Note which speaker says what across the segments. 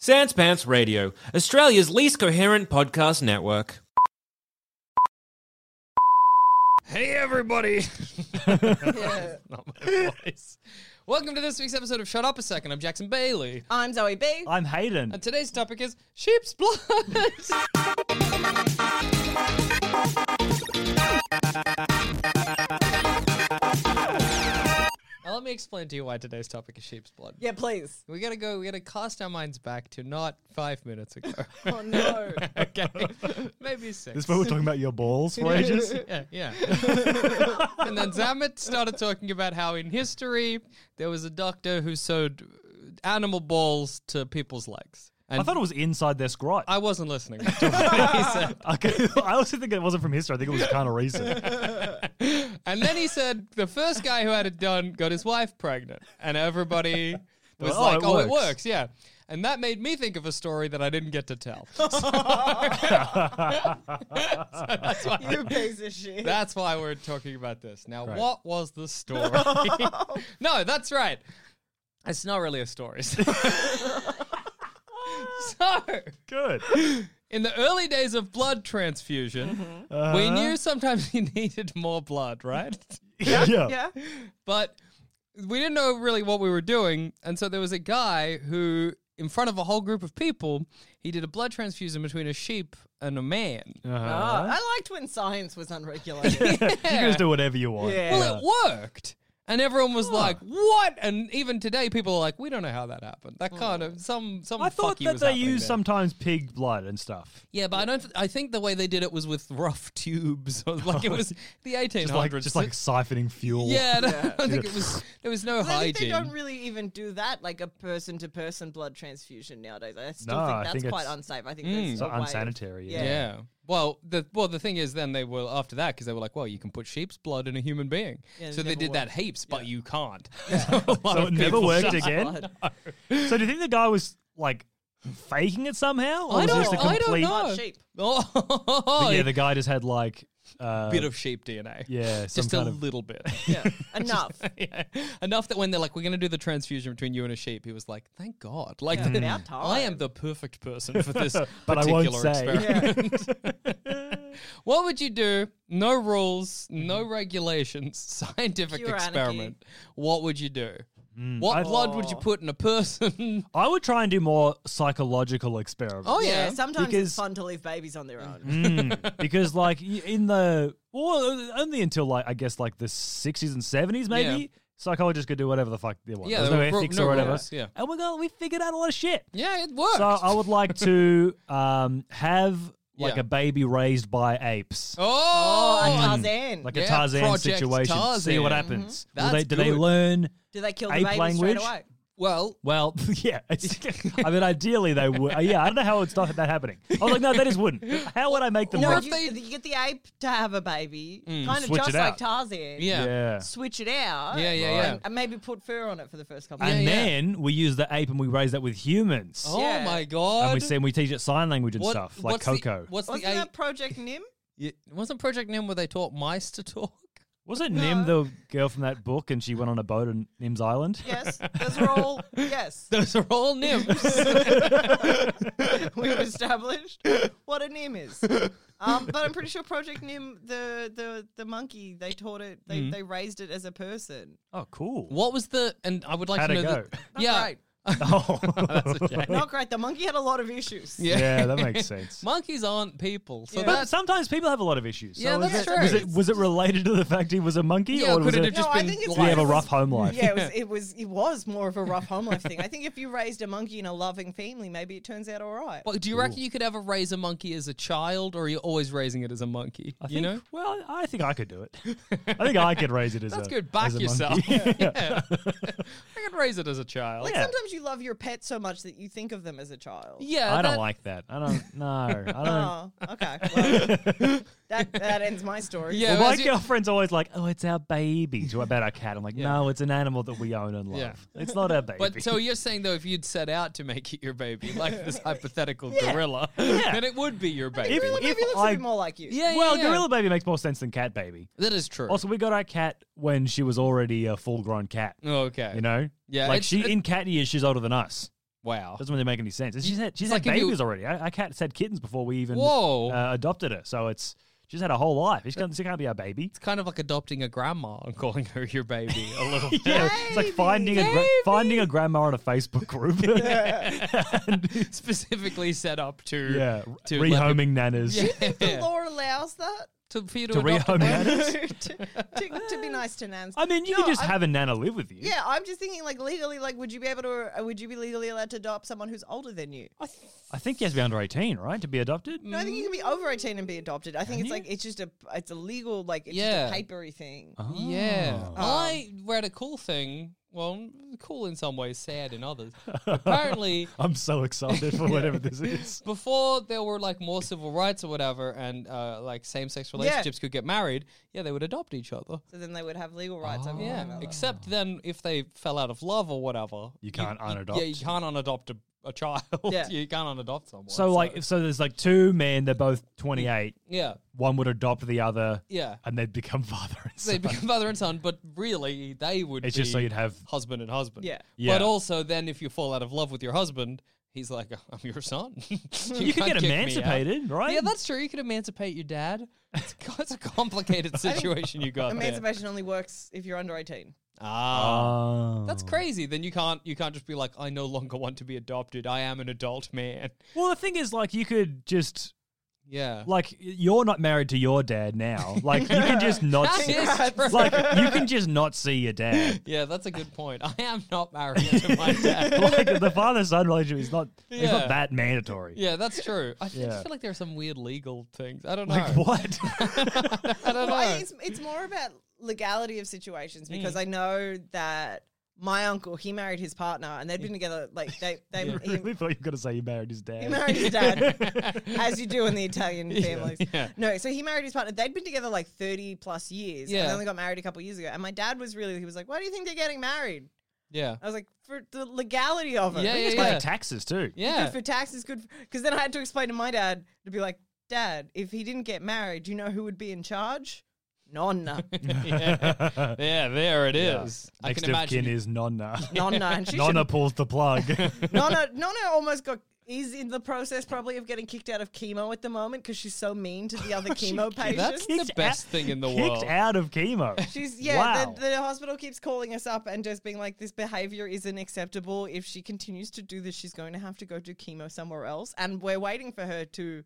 Speaker 1: Sans Pants Radio, Australia's least coherent podcast network. Hey everybody! Not my voice.
Speaker 2: Welcome to this week's episode of Shut Up a Second. I'm Jackson Bailey.
Speaker 3: I'm Zoe B.
Speaker 4: I'm Hayden.
Speaker 2: And today's topic is sheep's blood. now let me explain to you why today's topic is sheep's blood.
Speaker 3: Yeah, please.
Speaker 2: We gotta go, we gotta cast our minds back to not five minutes ago.
Speaker 3: Oh no.
Speaker 2: okay. Maybe six.
Speaker 4: This is where we're talking about your balls for ages.
Speaker 2: Yeah, yeah. and then Zamet started talking about how in history there was a doctor who sewed animal balls to people's legs. And
Speaker 4: I thought it was inside their scrot.
Speaker 2: I wasn't listening. to what he said.
Speaker 4: okay. I also think it wasn't from history. I think it was kind of recent.
Speaker 2: And then he said the first guy who had it done got his wife pregnant, and everybody was
Speaker 4: Oh,
Speaker 2: like,
Speaker 4: it
Speaker 2: "Oh, it
Speaker 4: works."
Speaker 2: works, yeah." And that made me think of a story that I didn't get to tell.
Speaker 3: You piece of shit.
Speaker 2: That's why we're talking about this. Now, what was the story? no, that's right. It's not really a story. so,
Speaker 4: Good.
Speaker 2: in the early days of blood transfusion, we knew sometimes you needed more blood, right?
Speaker 4: Yeah.
Speaker 3: Yeah.
Speaker 2: but we didn't know really what we were doing. And so there was a guy who, in front of a whole group of people, he did a blood transfusion between a sheep and a man.
Speaker 3: Ah, I liked when science was unregulated.
Speaker 4: You can just do whatever you want.
Speaker 3: Yeah.
Speaker 2: Well, it worked. And everyone was like, "What?" And even today, people are like, "We don't know how that happened. That kind of some some."
Speaker 4: Hmm. I thought
Speaker 2: fucky
Speaker 4: that
Speaker 2: was
Speaker 4: they
Speaker 2: happening
Speaker 4: use
Speaker 2: there."
Speaker 4: sometimes pig blood and stuff.
Speaker 2: Yeah, but I don't. Th- I think the way they did it was with rough tubes, or like it was the 1800s.
Speaker 4: Just like, just like siphoning fuel.
Speaker 2: yeah, I don't, I don't think it was. There was no
Speaker 3: I think
Speaker 2: hygiene.
Speaker 3: they don't really even do that, like a person to person blood transfusion nowadays. I still
Speaker 4: No, I
Speaker 3: think that's
Speaker 4: think
Speaker 3: quite
Speaker 4: it's- Hmm.
Speaker 3: unsafe. I think that's
Speaker 4: So
Speaker 3: a way of-
Speaker 4: unsanitary, yeah.
Speaker 2: Yeah. Well, the well the thing is, then they were after that because they were like, well, you can put sheep's blood in a human being,
Speaker 3: Yeah,
Speaker 2: so
Speaker 3: it
Speaker 2: they
Speaker 3: never
Speaker 2: did that
Speaker 3: worked.
Speaker 2: heaps, but you can't. So, a lot
Speaker 4: So
Speaker 2: of
Speaker 4: it never
Speaker 2: people-
Speaker 4: worked again. So do you think the guy was like faking it somehow? Or
Speaker 2: I
Speaker 4: was it
Speaker 2: don't.
Speaker 4: just a
Speaker 2: I don't
Speaker 4: complete
Speaker 2: know.
Speaker 3: Blood sheep.
Speaker 2: Oh,
Speaker 4: Yeah, the guy just had like uh,
Speaker 2: bit of sheep DNA.
Speaker 4: yeah, some
Speaker 2: just a
Speaker 4: kind of
Speaker 2: little bit.
Speaker 3: Yeah. Enough.
Speaker 2: Yeah. Enough that when they're like, we're going to do the transfusion between you and a sheep, he was like, thank God. Like,
Speaker 3: Yeah, about time.
Speaker 2: I am the perfect person for this
Speaker 4: But I won't
Speaker 2: particular
Speaker 4: say.
Speaker 2: experiment. what would you do? No rules,
Speaker 4: Mm-hmm.
Speaker 2: no regulations, scientific
Speaker 3: Pure anarchy. Oh.
Speaker 2: experiment. What would you do?
Speaker 4: Mm.
Speaker 2: what blood would you put in a person?
Speaker 4: I would try and do more psychological experiments.
Speaker 2: oh,
Speaker 3: Yeah,
Speaker 2: yeah.
Speaker 3: sometimes
Speaker 4: Because-
Speaker 3: it's fun to leave babies on their own.
Speaker 4: Mm, because like y- in the well only until like I guess like the sixties and seventies maybe
Speaker 2: Yeah.
Speaker 4: psychologists could do whatever the fuck they want.
Speaker 2: Yeah,
Speaker 4: There's no
Speaker 2: there were ru-
Speaker 4: ethics
Speaker 2: no
Speaker 4: or whatever.
Speaker 2: rules, yeah.
Speaker 4: And we got we figured out a lot of shit.
Speaker 2: yeah, it worked.
Speaker 4: So I would like to um have like
Speaker 2: Yeah.
Speaker 4: a baby raised by apes.
Speaker 2: oh,
Speaker 3: Oh, a Tarzan.
Speaker 4: Like
Speaker 2: yeah,
Speaker 4: a Tarzan
Speaker 2: Project
Speaker 4: situation. See what
Speaker 2: Tarzan. Mm-hmm.
Speaker 4: happens. Will
Speaker 2: That's
Speaker 4: they, do they
Speaker 2: good.
Speaker 4: learn
Speaker 3: do they kill the
Speaker 4: ape
Speaker 3: babies
Speaker 4: language?
Speaker 3: straight away?
Speaker 2: Well,
Speaker 4: Well, yeah. It's, I mean, ideally they would. Uh, yeah, I don't know how it's not that happening. I was like, no, they just wouldn't. How would I make them?
Speaker 3: No,
Speaker 4: wrong?
Speaker 3: if you, you get the ape to have a baby, kind of
Speaker 4: Switch
Speaker 3: just
Speaker 4: it
Speaker 3: like
Speaker 4: out.
Speaker 3: Tarzan.
Speaker 2: yeah.
Speaker 4: yeah.
Speaker 3: Switch it out.
Speaker 2: Yeah, yeah, yeah.
Speaker 3: And, and maybe put fur on it for the first couple.
Speaker 4: And
Speaker 3: of
Speaker 2: yeah.
Speaker 4: then we use the ape and we raise that with humans.
Speaker 2: Oh
Speaker 3: Yeah.
Speaker 2: my god.
Speaker 4: And we see and we teach it sign language and
Speaker 2: What-
Speaker 4: stuff, like
Speaker 2: what's the-
Speaker 4: Coco.
Speaker 2: what's
Speaker 3: Wasn't
Speaker 2: the ape?
Speaker 3: that Project Nim?
Speaker 2: Yeah, wasn't Project Nim where they taught mice to talk?
Speaker 4: Was it Nim, the girl from that book, and she went on a boat in Nim's Island?
Speaker 3: Yes. Those are all. Yes.
Speaker 2: Those are all Nims.
Speaker 3: We've established what a Nim is. Um, but I'm pretty sure Project Nim, the the the monkey, they taught it. They
Speaker 2: Mm-hmm.
Speaker 3: they raised it as a person.
Speaker 4: Oh, cool.
Speaker 2: what was the? And I would like
Speaker 4: How'd
Speaker 2: to
Speaker 4: it
Speaker 2: know.
Speaker 4: go?
Speaker 2: The,
Speaker 3: Not
Speaker 2: yeah,
Speaker 3: great.
Speaker 4: Oh,
Speaker 2: That's a shame.
Speaker 3: Not great. The monkey had a lot of issues.
Speaker 2: Yeah.
Speaker 4: yeah, that makes sense.
Speaker 2: monkeys aren't people, so
Speaker 3: Yeah.
Speaker 4: But
Speaker 2: that's
Speaker 4: sometimes people have a lot of issues. So
Speaker 2: Yeah,
Speaker 4: was
Speaker 2: that's
Speaker 4: it,
Speaker 2: true.
Speaker 4: Was it, was it related to the fact he was a monkey,
Speaker 2: Yeah,
Speaker 4: or
Speaker 2: could
Speaker 4: was
Speaker 2: it
Speaker 4: it
Speaker 2: have
Speaker 3: No,
Speaker 2: just
Speaker 3: I
Speaker 2: been
Speaker 3: think it's
Speaker 4: did he have a
Speaker 3: like-
Speaker 4: rough home life?
Speaker 3: Yeah, it was, it was it was more of a rough home life thing. I think if you raised a monkey in a loving family, maybe it turns out all right.
Speaker 2: Well, do you reckon you could ever raise a monkey as a child, or are you always raising it as a monkey?
Speaker 4: I
Speaker 2: you
Speaker 4: think,
Speaker 2: know,
Speaker 4: Well, I think I could do it. I think I could raise it as
Speaker 2: that's
Speaker 4: a
Speaker 2: good. Back
Speaker 4: as a
Speaker 2: yourself.
Speaker 4: monkey.
Speaker 2: yeah, I could raise it as a child.
Speaker 3: like
Speaker 4: yeah.
Speaker 3: sometimes you love your pet so much that you think of them as a child.
Speaker 2: yeah,
Speaker 4: I don't
Speaker 2: that-
Speaker 4: like that. I don't. No, I don't.
Speaker 3: Oh, okay. Well, that that ends my story.
Speaker 2: Yeah,
Speaker 4: well,
Speaker 2: as
Speaker 4: my
Speaker 2: you-
Speaker 4: girlfriend's always like, "Oh, it's our baby." To about our cat, I'm like, "No, it's an animal that we own and love.
Speaker 2: Yeah.
Speaker 4: It's not our baby."
Speaker 2: But so you're saying though, if you'd set out to make it your baby, like this hypothetical gorilla, then it would be your baby.
Speaker 3: Gorilla
Speaker 4: If
Speaker 3: baby looks
Speaker 4: I-
Speaker 3: a bit more like you.
Speaker 2: yeah,
Speaker 4: well,
Speaker 2: yeah, yeah.
Speaker 4: gorilla baby makes more sense than cat baby.
Speaker 2: That is true.
Speaker 4: Also, we got our cat when she was already a full-grown cat.
Speaker 2: okay,
Speaker 4: You know,
Speaker 2: Mm. Yeah,
Speaker 4: like
Speaker 2: it's-
Speaker 4: she
Speaker 2: it-
Speaker 4: in cat years, she's older than us.
Speaker 2: wow.
Speaker 4: Doesn't really make any sense. And She's had she's
Speaker 2: like
Speaker 4: had
Speaker 2: if you-
Speaker 4: babies already. Our, our cat's had kittens before we even
Speaker 2: Whoa.
Speaker 4: Uh, adopted her. So it's she's had a whole life. She can't, she can't be our baby.
Speaker 2: It's kind of like adopting a grandma and calling her your baby a little bit.
Speaker 4: Yeah, it's like finding a gra- finding a grandma on a Facebook group. And-
Speaker 2: Specifically set up to
Speaker 4: yeah,
Speaker 2: to let
Speaker 4: rehoming nanas.
Speaker 2: people-
Speaker 3: The law allows that
Speaker 2: to, for you to,
Speaker 4: To
Speaker 2: adopt a
Speaker 4: rehome
Speaker 2: grandma.
Speaker 4: nanas.
Speaker 3: to, to, to be nice to nans.
Speaker 4: I mean, you
Speaker 3: No,
Speaker 4: can just
Speaker 3: I'm-
Speaker 4: have a nana live with you.
Speaker 3: Yeah, I'm just thinking like legally, like would you be able to? uh, Would you be legally allowed to adopt someone who's older than you?
Speaker 4: I think you have to be under eighteen, right, to be adopted.
Speaker 3: No, I think you can be over 18 and be adopted. I think it's
Speaker 4: you?
Speaker 3: like it's just a it's a legal like it's
Speaker 2: Yeah.
Speaker 3: just a papery thing.
Speaker 4: Uh-huh.
Speaker 2: Yeah.
Speaker 4: Ah.
Speaker 2: I read a cool thing. Well, cool in some ways, sad in others. Apparently,
Speaker 4: I'm so excited for whatever this is.
Speaker 2: before there were like more civil rights or whatever, and uh, like same-sex relationships could get married. Yeah, they would adopt each other.
Speaker 3: So then they would have legal rights
Speaker 4: Oh,
Speaker 3: over one
Speaker 2: Yeah.
Speaker 3: another.
Speaker 2: Except then, if they fell out of love or whatever,
Speaker 4: You can't unadopt.
Speaker 2: Yeah, you can't unadopt a, a child.
Speaker 3: Yeah.
Speaker 2: you can't unadopt someone.
Speaker 4: So, like, so there's like two men. They're both 28.
Speaker 2: yeah,
Speaker 4: One would adopt the other,
Speaker 2: yeah.
Speaker 4: and they'd become father and
Speaker 2: they
Speaker 4: son.
Speaker 2: become father and son, but really they would
Speaker 4: It's
Speaker 2: be
Speaker 4: just so you'd have-
Speaker 2: husband and husband.
Speaker 3: Yeah.
Speaker 4: Yeah.
Speaker 2: But also then if you fall out of love with your husband, he's like, "Oh, I'm your son. you
Speaker 4: you
Speaker 2: can't
Speaker 4: could get
Speaker 2: kick me out.
Speaker 4: emancipated, right?
Speaker 2: Yeah, that's true. You could emancipate your dad. It's, co- it's a complicated situation you got there.
Speaker 3: Emancipation only works if you're under 18.
Speaker 2: Ah.
Speaker 4: Oh.
Speaker 2: That's crazy. Then you can't you can't just be like, I no longer want to be adopted. I am an adult man.
Speaker 4: well, the thing is, like, you could just
Speaker 2: Yeah.
Speaker 4: like you're not married to your dad now. Like, you can just not.
Speaker 2: That
Speaker 4: see,
Speaker 2: is true.
Speaker 4: like, you can just not see your dad.
Speaker 2: yeah, that's a good point. I am not married to my dad.
Speaker 4: like the father son relationship is not it's
Speaker 2: Yeah.
Speaker 4: not that mandatory.
Speaker 2: Yeah, that's true. I
Speaker 4: Yeah.
Speaker 2: just feel like there are some weird legal things. I don't know.
Speaker 4: Like what?
Speaker 2: I don't know.
Speaker 3: Well, I- it's, it's more about legality of situations
Speaker 4: Mm.
Speaker 3: because I know that my uncle, he married his partner and they'd been together, like, they, they
Speaker 4: I
Speaker 3: he,
Speaker 4: really thought you were gonna say you married his dad.
Speaker 3: he married his dad, as you do in the Italian families. No, so he married his partner. They'd been together like 30 plus years. And
Speaker 2: Yeah.
Speaker 3: they only got married a couple years ago. And my dad was really, he was like, why do you think they're getting married?
Speaker 2: Yeah.
Speaker 3: I was like, for the legality of it.
Speaker 2: Yeah, yeah,
Speaker 4: It's
Speaker 2: yeah.
Speaker 4: like taxes too.
Speaker 2: Yeah.
Speaker 3: Good for taxes, good Because then I had to explain to my dad to be like, Dad, if he didn't get married, do you know who would be in charge? Nonna.
Speaker 2: yeah. Yeah, there it is. I
Speaker 4: Next
Speaker 2: can
Speaker 4: of kin
Speaker 2: imagine.
Speaker 4: is Nonna.
Speaker 3: Nonna. And she
Speaker 4: Nonna
Speaker 3: should-
Speaker 4: pulls the plug.
Speaker 3: Nonna, Nonna almost got is in the process probably of getting kicked out of chemo at the moment because she's so mean to the other
Speaker 2: Oh,
Speaker 3: chemo
Speaker 2: that's
Speaker 3: patients.
Speaker 2: the best thing in the
Speaker 4: Kicked
Speaker 2: world.
Speaker 4: out of chemo.
Speaker 3: She's yeah.
Speaker 4: Wow.
Speaker 3: The, the hospital keeps calling us up and just being like, "This behavior isn't acceptable. If she continues to do this, she's going to have to go do chemo somewhere else." And we're waiting for her to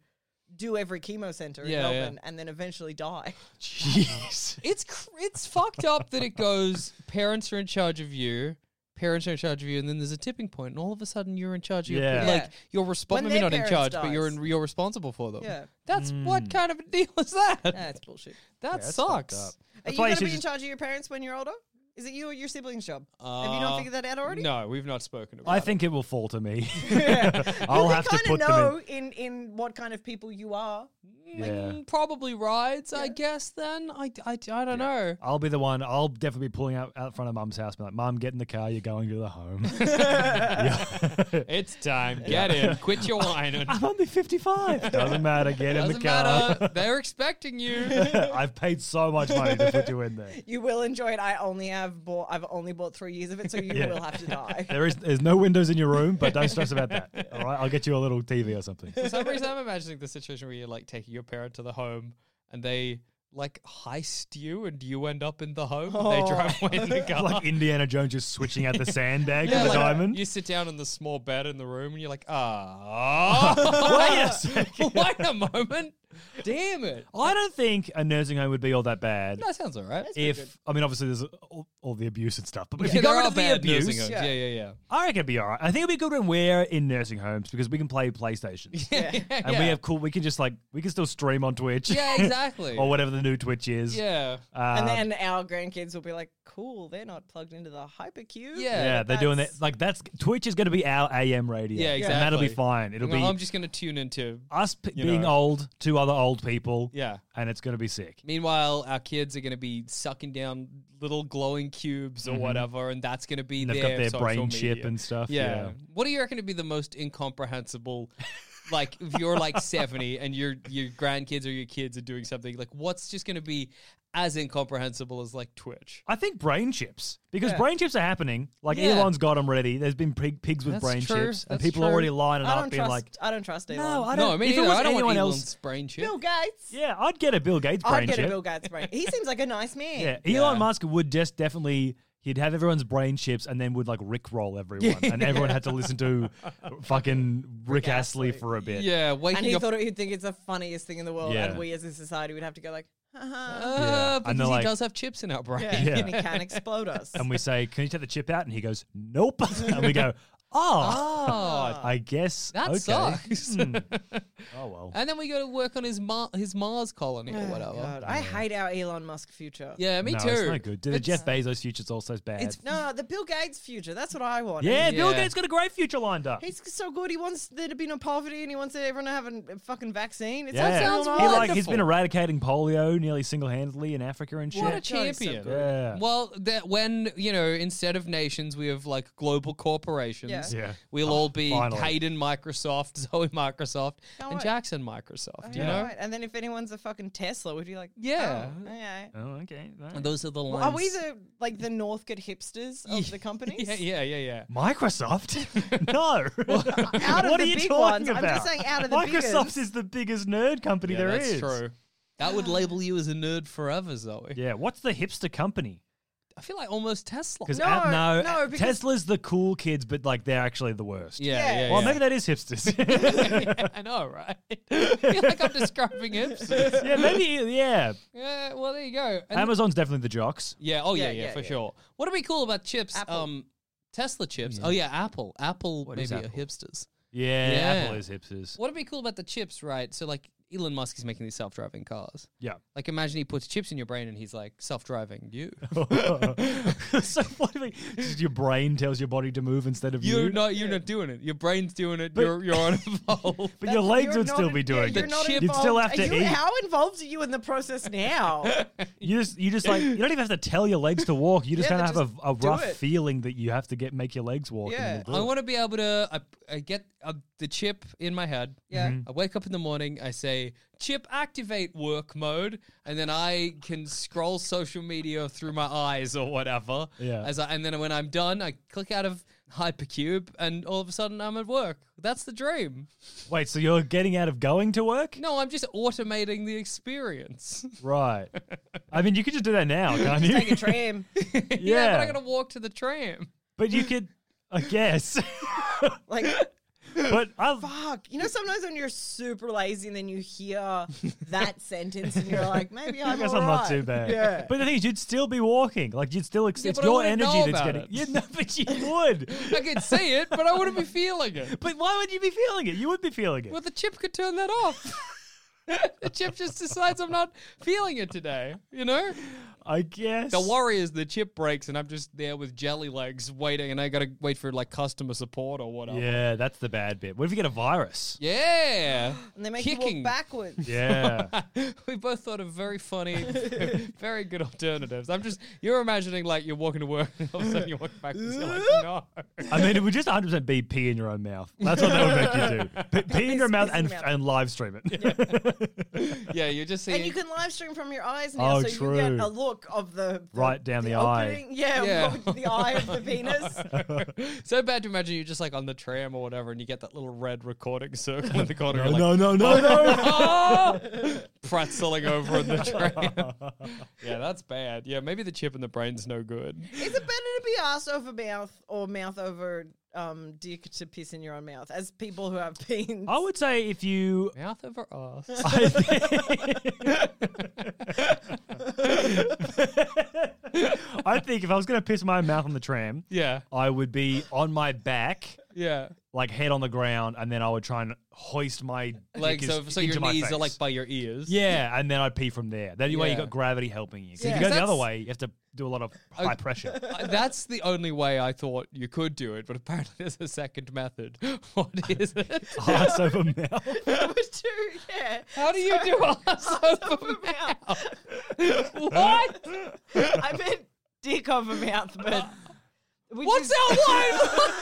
Speaker 3: do every chemo center in
Speaker 2: Yeah, yeah.
Speaker 3: Melbourne and then eventually die.
Speaker 4: Jeez.
Speaker 2: It's cr- it's fucked up that it goes. Parents are in charge of you. Parents are in charge of you, and then there's a tipping point, and all of a sudden you're in charge. Of your,
Speaker 4: Yeah.
Speaker 2: like
Speaker 3: Yeah.
Speaker 2: you're responsible.
Speaker 3: When
Speaker 2: Maybe
Speaker 3: their
Speaker 2: not in
Speaker 3: parents
Speaker 2: charge, but you're
Speaker 3: dies.
Speaker 2: in, you're responsible for them.
Speaker 3: Yeah.
Speaker 2: That's what kind of a deal is that?
Speaker 3: That's bullshit.
Speaker 2: that
Speaker 4: Hmm. That's fucked
Speaker 2: sucks.
Speaker 4: up.
Speaker 3: Are
Speaker 4: That's
Speaker 3: you going
Speaker 4: why you
Speaker 3: to
Speaker 4: should
Speaker 3: be in
Speaker 4: just-
Speaker 3: charge of your parents when you're older? Is it you or your siblings' job? Have you not
Speaker 2: Uh,
Speaker 3: figured that out already?
Speaker 2: No, we've not spoken about
Speaker 4: I
Speaker 2: it.
Speaker 4: think it will fall to me.
Speaker 3: Well,
Speaker 4: I'll
Speaker 3: we
Speaker 4: have to
Speaker 3: kinda
Speaker 4: put them in.
Speaker 3: know in. in what kind of people you are.
Speaker 4: Yeah.
Speaker 2: Mm, Probably rides, I guess, then. I, I, I don't know.
Speaker 4: I'll be the one. I'll definitely be pulling out out front of mum's house. And be like, mum, get in the car. You're going to the home. Yeah.
Speaker 2: It's time. Get in. Quit your whining.
Speaker 4: I'm only 55. Doesn't matter. Get in
Speaker 2: Doesn't
Speaker 4: the car.
Speaker 2: matter. They're expecting you.
Speaker 4: I've paid so much money to put you in there.
Speaker 3: You will enjoy it. I only have bought. I've only bought three years of it, so you
Speaker 4: Yeah.
Speaker 3: will have to die.
Speaker 4: There is there's no windows in your room, but don't stress about that. All right, I'll get you a little TV or something.
Speaker 2: For some reason, I'm imagining the situation where you're like taking your parent to the home and they like heist you and you end up in the home and
Speaker 3: Oh.
Speaker 2: they drive away in the car.
Speaker 4: Like Indiana Jones just switching out the sandbag
Speaker 2: Yeah,
Speaker 4: for the
Speaker 2: like,
Speaker 4: diamond.
Speaker 2: You sit down in the small bed in the room and you're like, ah. Wait
Speaker 4: a second.
Speaker 2: Wait a moment. Damn it.
Speaker 4: I don't think a nursing home would be all that bad.
Speaker 2: That sounds all right.
Speaker 4: if I mean, obviously, there's all, all the abuse and stuff, but if
Speaker 2: Yeah,
Speaker 4: you go
Speaker 2: there
Speaker 4: into
Speaker 2: are
Speaker 4: the
Speaker 2: bad nursing
Speaker 4: abuse,
Speaker 2: homes. Yeah, yeah,
Speaker 4: I reckon it'd be all right. I think it'd be good when we're in nursing homes because we can play PlayStation.
Speaker 2: yeah. Yeah,
Speaker 4: And we have cool, we can just like, we can still stream on Twitch.
Speaker 2: Yeah, exactly.
Speaker 4: or whatever the new Twitch is.
Speaker 2: Yeah.
Speaker 4: Uh,
Speaker 3: and then our grandkids will be like, "Cool, they're not plugged into the hypercube."
Speaker 2: Yeah.
Speaker 4: yeah, they're doing that.
Speaker 3: that's-
Speaker 4: Like, that's Twitch is going to be our AM radio.
Speaker 2: Yeah,
Speaker 4: And that'll be
Speaker 2: exactly.
Speaker 4: fine. It'll
Speaker 2: Well,
Speaker 4: be
Speaker 2: I'm just going to tune into.
Speaker 4: us p-
Speaker 2: you
Speaker 4: being
Speaker 2: know.
Speaker 4: old to other old people.
Speaker 2: Yeah.
Speaker 4: And it's going to be sick.
Speaker 2: Meanwhile, our kids are going to be sucking down little glowing cubes or whatever, and that's going to be
Speaker 4: Mm-hmm. And they've
Speaker 2: their,
Speaker 4: got their
Speaker 2: social
Speaker 4: brain
Speaker 2: media.
Speaker 4: chip and stuff.
Speaker 2: Yeah.
Speaker 4: Yeah.
Speaker 2: What do you reckon to be the most incomprehensible? like, if you're like 70 and your your grandkids or your kids are doing something, like, what's just going to be as incomprehensible as like Twitch?
Speaker 4: I think brain chips because brain chips are happening. Like
Speaker 2: Yeah.
Speaker 4: Elon's got them ready. There's been pig, pigs with
Speaker 2: That's
Speaker 4: brain
Speaker 2: true.
Speaker 4: chips, and
Speaker 2: That's
Speaker 4: people
Speaker 2: true.
Speaker 4: already lining
Speaker 3: I
Speaker 4: up,
Speaker 3: don't
Speaker 4: being
Speaker 3: trust.
Speaker 4: like,
Speaker 3: I don't trust Elon.
Speaker 4: "No, I don't."
Speaker 2: No, I mean,
Speaker 4: if it was
Speaker 2: I don't
Speaker 4: anyone
Speaker 2: want
Speaker 4: else,
Speaker 2: Elon's brain chip.
Speaker 3: Bill Gates.
Speaker 4: yeah, I'd get a Bill Gates brain
Speaker 3: I'd get
Speaker 4: chip.
Speaker 3: a Bill Gates brain. He seems like a nice man.
Speaker 4: Yeah, Elon Musk would just definitely he'd have everyone's brain chips and then would like rickroll everyone, and everyone had to listen to fucking Rick, Astley for a bit.
Speaker 2: Yeah, waking
Speaker 3: And he
Speaker 2: up.
Speaker 3: thought he'd think it's the funniest thing in the world,
Speaker 4: Yeah.
Speaker 3: and we as a society would have to go like, "Ha
Speaker 2: uh,
Speaker 4: Yeah. And
Speaker 2: Because
Speaker 4: they're
Speaker 2: he
Speaker 4: like-
Speaker 2: does have chips in our brain.
Speaker 3: yeah,
Speaker 4: Yeah.
Speaker 3: and he can explode us."
Speaker 4: And we say, "Can you take the chip out?" And he goes, "Nope." and we go, "Oh,
Speaker 2: Oh,
Speaker 4: I guess
Speaker 2: that
Speaker 4: okay.
Speaker 2: sucks. Uh,
Speaker 4: Hmm. Oh well.
Speaker 2: And then we go to work on his Mar- his Mars colony or
Speaker 3: Oh,
Speaker 2: whatever.
Speaker 3: God. I hate our Elon Musk future.
Speaker 2: Yeah, me
Speaker 4: no,
Speaker 2: too.
Speaker 4: it's not good. The Jeff Bezos future's also bad.
Speaker 3: It's no, the Bill Gates future. That's what I want.
Speaker 4: yeah, Bill
Speaker 2: Yeah.
Speaker 4: Gates got a great future lined up.
Speaker 3: He's so good. He wants there to be no poverty, and he wants everyone to have a fucking vaccine. It's
Speaker 4: yeah,
Speaker 3: like
Speaker 2: sounds
Speaker 3: Elon
Speaker 4: he
Speaker 3: Musk.
Speaker 4: like he's been
Speaker 2: wonderful.
Speaker 4: eradicating polio nearly single handedly in Africa and shit.
Speaker 2: What a
Speaker 3: God, he's so
Speaker 2: champion.
Speaker 3: good.
Speaker 4: yeah.
Speaker 2: Well, that when you know, instead of nations, we have like global corporations.
Speaker 3: Yeah.
Speaker 4: Yeah.
Speaker 2: We'll
Speaker 4: Oh,
Speaker 2: all be
Speaker 4: finally.
Speaker 2: Hayden Microsoft, Zoe Microsoft,
Speaker 3: No,
Speaker 2: and
Speaker 3: I-
Speaker 2: Jackson Microsoft.
Speaker 3: Yeah,
Speaker 2: You know,
Speaker 3: right. And then if anyone's a fucking Tesla, we'd be like,
Speaker 2: Yeah.
Speaker 3: oh, okay.
Speaker 4: Oh, okay. all right.
Speaker 2: and those are the lines.
Speaker 3: Are we the like the Northcote hipsters of the companies?
Speaker 2: Yeah, yeah, yeah, yeah.
Speaker 4: Microsoft? no.
Speaker 3: Out of
Speaker 4: what are
Speaker 3: the
Speaker 4: you
Speaker 3: big
Speaker 4: talking
Speaker 3: ones, I'm
Speaker 4: about?
Speaker 3: just saying out of the
Speaker 4: Microsoft
Speaker 3: biggest.
Speaker 4: is the biggest nerd company
Speaker 2: Yeah,
Speaker 4: there
Speaker 2: that's
Speaker 4: is.
Speaker 2: true. That would label you as a nerd forever, Zoe.
Speaker 4: Yeah, what's the hipster company?
Speaker 2: I feel like almost Tesla.
Speaker 4: Because
Speaker 3: No,
Speaker 4: Ab- no,
Speaker 3: no,
Speaker 4: A-
Speaker 3: because-
Speaker 4: Tesla's the cool kids, but like they're actually the worst.
Speaker 2: Yeah,
Speaker 3: Yeah.
Speaker 2: yeah.
Speaker 4: Well,
Speaker 2: yeah.
Speaker 4: maybe that is hipsters.
Speaker 2: yeah, I know, right? I feel like I'm describing hipsters.
Speaker 4: yeah, maybe. Yeah,
Speaker 2: Yeah, well, there you go. And-
Speaker 4: Amazon's definitely the jocks.
Speaker 2: yeah, oh, yeah,
Speaker 3: Yeah,
Speaker 2: yeah,
Speaker 3: yeah,
Speaker 2: for
Speaker 3: yeah.
Speaker 2: sure. What do we call about chips?
Speaker 3: Apple.
Speaker 2: Um, Tesla chips. Oh, yeah, Apple. Apple maybe are hipsters.
Speaker 4: Yeah,
Speaker 2: Yeah.
Speaker 4: Apple is hipsters.
Speaker 2: What do we call about the chips, right? So, like, Elon Musk is making these self driving cars.
Speaker 4: Yeah.
Speaker 2: Like, imagine he puts chips in your brain and he's like, self driving you.
Speaker 4: so what do we? Just your brain tells your body to move instead of
Speaker 2: You're
Speaker 4: you.
Speaker 2: not, you're not doing it. Your brain's doing it.
Speaker 4: But-
Speaker 2: you're, you're on a pole.
Speaker 4: but your
Speaker 3: That's-
Speaker 4: legs
Speaker 3: you're
Speaker 4: would
Speaker 3: not
Speaker 4: still
Speaker 3: in-
Speaker 4: be doing
Speaker 3: Yeah, you're
Speaker 4: it.
Speaker 3: not
Speaker 2: chip-
Speaker 4: You'd still
Speaker 3: involved.
Speaker 4: have to
Speaker 3: Are you-
Speaker 4: eat.
Speaker 3: How involved are you in the process now?
Speaker 4: You just, you just like, you don't even have to tell your legs to walk. You just
Speaker 3: Yeah,
Speaker 4: kind
Speaker 3: they
Speaker 4: of have a, a
Speaker 3: just do
Speaker 4: rough
Speaker 3: it.
Speaker 4: feeling that you have to get make your legs walk. and
Speaker 3: Yeah.
Speaker 4: you'll do
Speaker 2: I
Speaker 4: it.
Speaker 2: want to be able to. I, I get uh, the chip in my head.
Speaker 3: Yeah.
Speaker 4: Mm-hmm.
Speaker 2: I wake up in the morning. I say chip activate work mode, and then I can scroll social media through my eyes or whatever.
Speaker 4: Yeah.
Speaker 2: As I, and then when I'm done, I click out of Hypercube, and all of a sudden I'm at work. That's the dream.
Speaker 4: Wait, so you're getting out of going to work?
Speaker 2: No, I'm just automating the experience.
Speaker 4: Right. I mean, you could just do that now, can't
Speaker 3: Just take
Speaker 4: you?
Speaker 3: a tram.
Speaker 4: yeah,
Speaker 2: but I gotta walk to the tram.
Speaker 4: But you could, I guess.
Speaker 3: Like,
Speaker 4: but I,
Speaker 3: fuck. You know, sometimes when you're super lazy and then you hear that sentence and you're like, maybe
Speaker 4: I
Speaker 3: I'm
Speaker 4: guess
Speaker 3: all
Speaker 4: I'm not too
Speaker 3: right.
Speaker 4: bad.
Speaker 3: Yeah.
Speaker 4: But the thing is, you'd still be walking. Like you'd still, ex-
Speaker 2: Yeah,
Speaker 4: it's
Speaker 2: but I
Speaker 4: your
Speaker 2: wouldn't know
Speaker 4: energy that's
Speaker 2: about
Speaker 4: getting.
Speaker 2: it.
Speaker 4: Yeah, no, but you would.
Speaker 2: I could see it, but I wouldn't be feeling it.
Speaker 4: but why would you be feeling it? You would be feeling it.
Speaker 2: Well, the chip could turn that off. the chip just decides I'm not feeling it today. You know,
Speaker 4: I guess.
Speaker 2: the worry is the chip breaks and I'm just there with jelly legs waiting, and I gotta wait for like customer support or whatever.
Speaker 4: Yeah, that's the bad bit. What if you get a virus?
Speaker 2: Yeah.
Speaker 3: And they make you
Speaker 2: Kicking.
Speaker 3: walk backwards.
Speaker 4: Yeah.
Speaker 2: we both thought of very funny, very good alternatives. I'm just you're imagining like you're walking to work and all of a sudden you walk backwards. You're like, no.
Speaker 4: I mean, it would just 100% be pee in your own mouth. That's what they would make you do. P- Pee, in your mouth
Speaker 3: piss in
Speaker 4: and,
Speaker 3: your mouth.
Speaker 4: and live stream it.
Speaker 2: Yeah, you're just seeing.
Speaker 3: And you can live stream from your eyes now,
Speaker 4: Oh,
Speaker 3: so you get
Speaker 4: true.
Speaker 3: a look of the, the-
Speaker 4: Right down the eye.
Speaker 3: opening- Yeah,
Speaker 2: Yeah.
Speaker 3: what- the eye of the penis.
Speaker 2: so bad to imagine you're just like on the tram or whatever, and you get that little red recording circle in the corner. you're like,
Speaker 4: no, no, no, no.
Speaker 2: "Ah!" pretzeling over in the tram. yeah, that's bad. Yeah, maybe the chip in the brain's no good.
Speaker 3: Is it better to be ass over mouth or mouth over um, dick to piss in your own mouth? As people who have been,
Speaker 4: I would say if you.
Speaker 2: Mouth over ass.
Speaker 4: I think, I think if I was going to piss my own mouth on the tram,
Speaker 2: yeah,
Speaker 4: I would be on my back,
Speaker 2: yeah.
Speaker 4: like head on the ground, and then I would try and hoist my
Speaker 2: Like
Speaker 4: dick
Speaker 2: so,
Speaker 4: is-
Speaker 2: so your
Speaker 4: into my
Speaker 2: knees are
Speaker 4: face.
Speaker 2: like by your ears.
Speaker 4: Yeah, and then I'd pee from there. That way you
Speaker 2: Yeah.
Speaker 4: got gravity helping you. 'Cause
Speaker 3: Yeah.
Speaker 4: if you go the other
Speaker 2: That's-
Speaker 4: way, you have to do a lot of high pressure.
Speaker 2: Uh, That's the only way I thought you could do it, but apparently there's a second method. What is it?
Speaker 4: Ass over mouth.
Speaker 3: number two, yeah.
Speaker 2: How do you do ass over
Speaker 3: mouth.
Speaker 2: mouth? What?
Speaker 3: I meant dick over mouth, but which
Speaker 2: What's
Speaker 3: is,
Speaker 2: that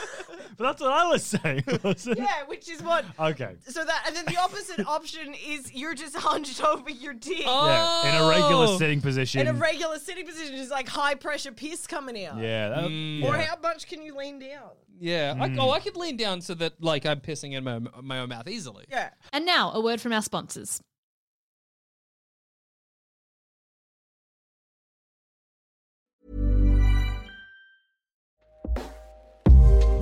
Speaker 4: But that's what I was saying. wasn't it?
Speaker 3: Yeah, which is what.
Speaker 4: Okay.
Speaker 3: So that, and then the opposite option is you're just hunched over your dick.
Speaker 2: Oh.
Speaker 4: Yeah, in a regular
Speaker 2: Oh.
Speaker 4: sitting position.
Speaker 3: In a regular sitting position is like high pressure piss coming out.
Speaker 4: yeah, that,
Speaker 2: Mm.
Speaker 3: Or
Speaker 4: yeah.
Speaker 3: how much can you lean down?
Speaker 2: Yeah. I, oh, I could lean down so that like I'm pissing in my, my own mouth easily.
Speaker 3: Yeah.
Speaker 5: And now, a word from our sponsors.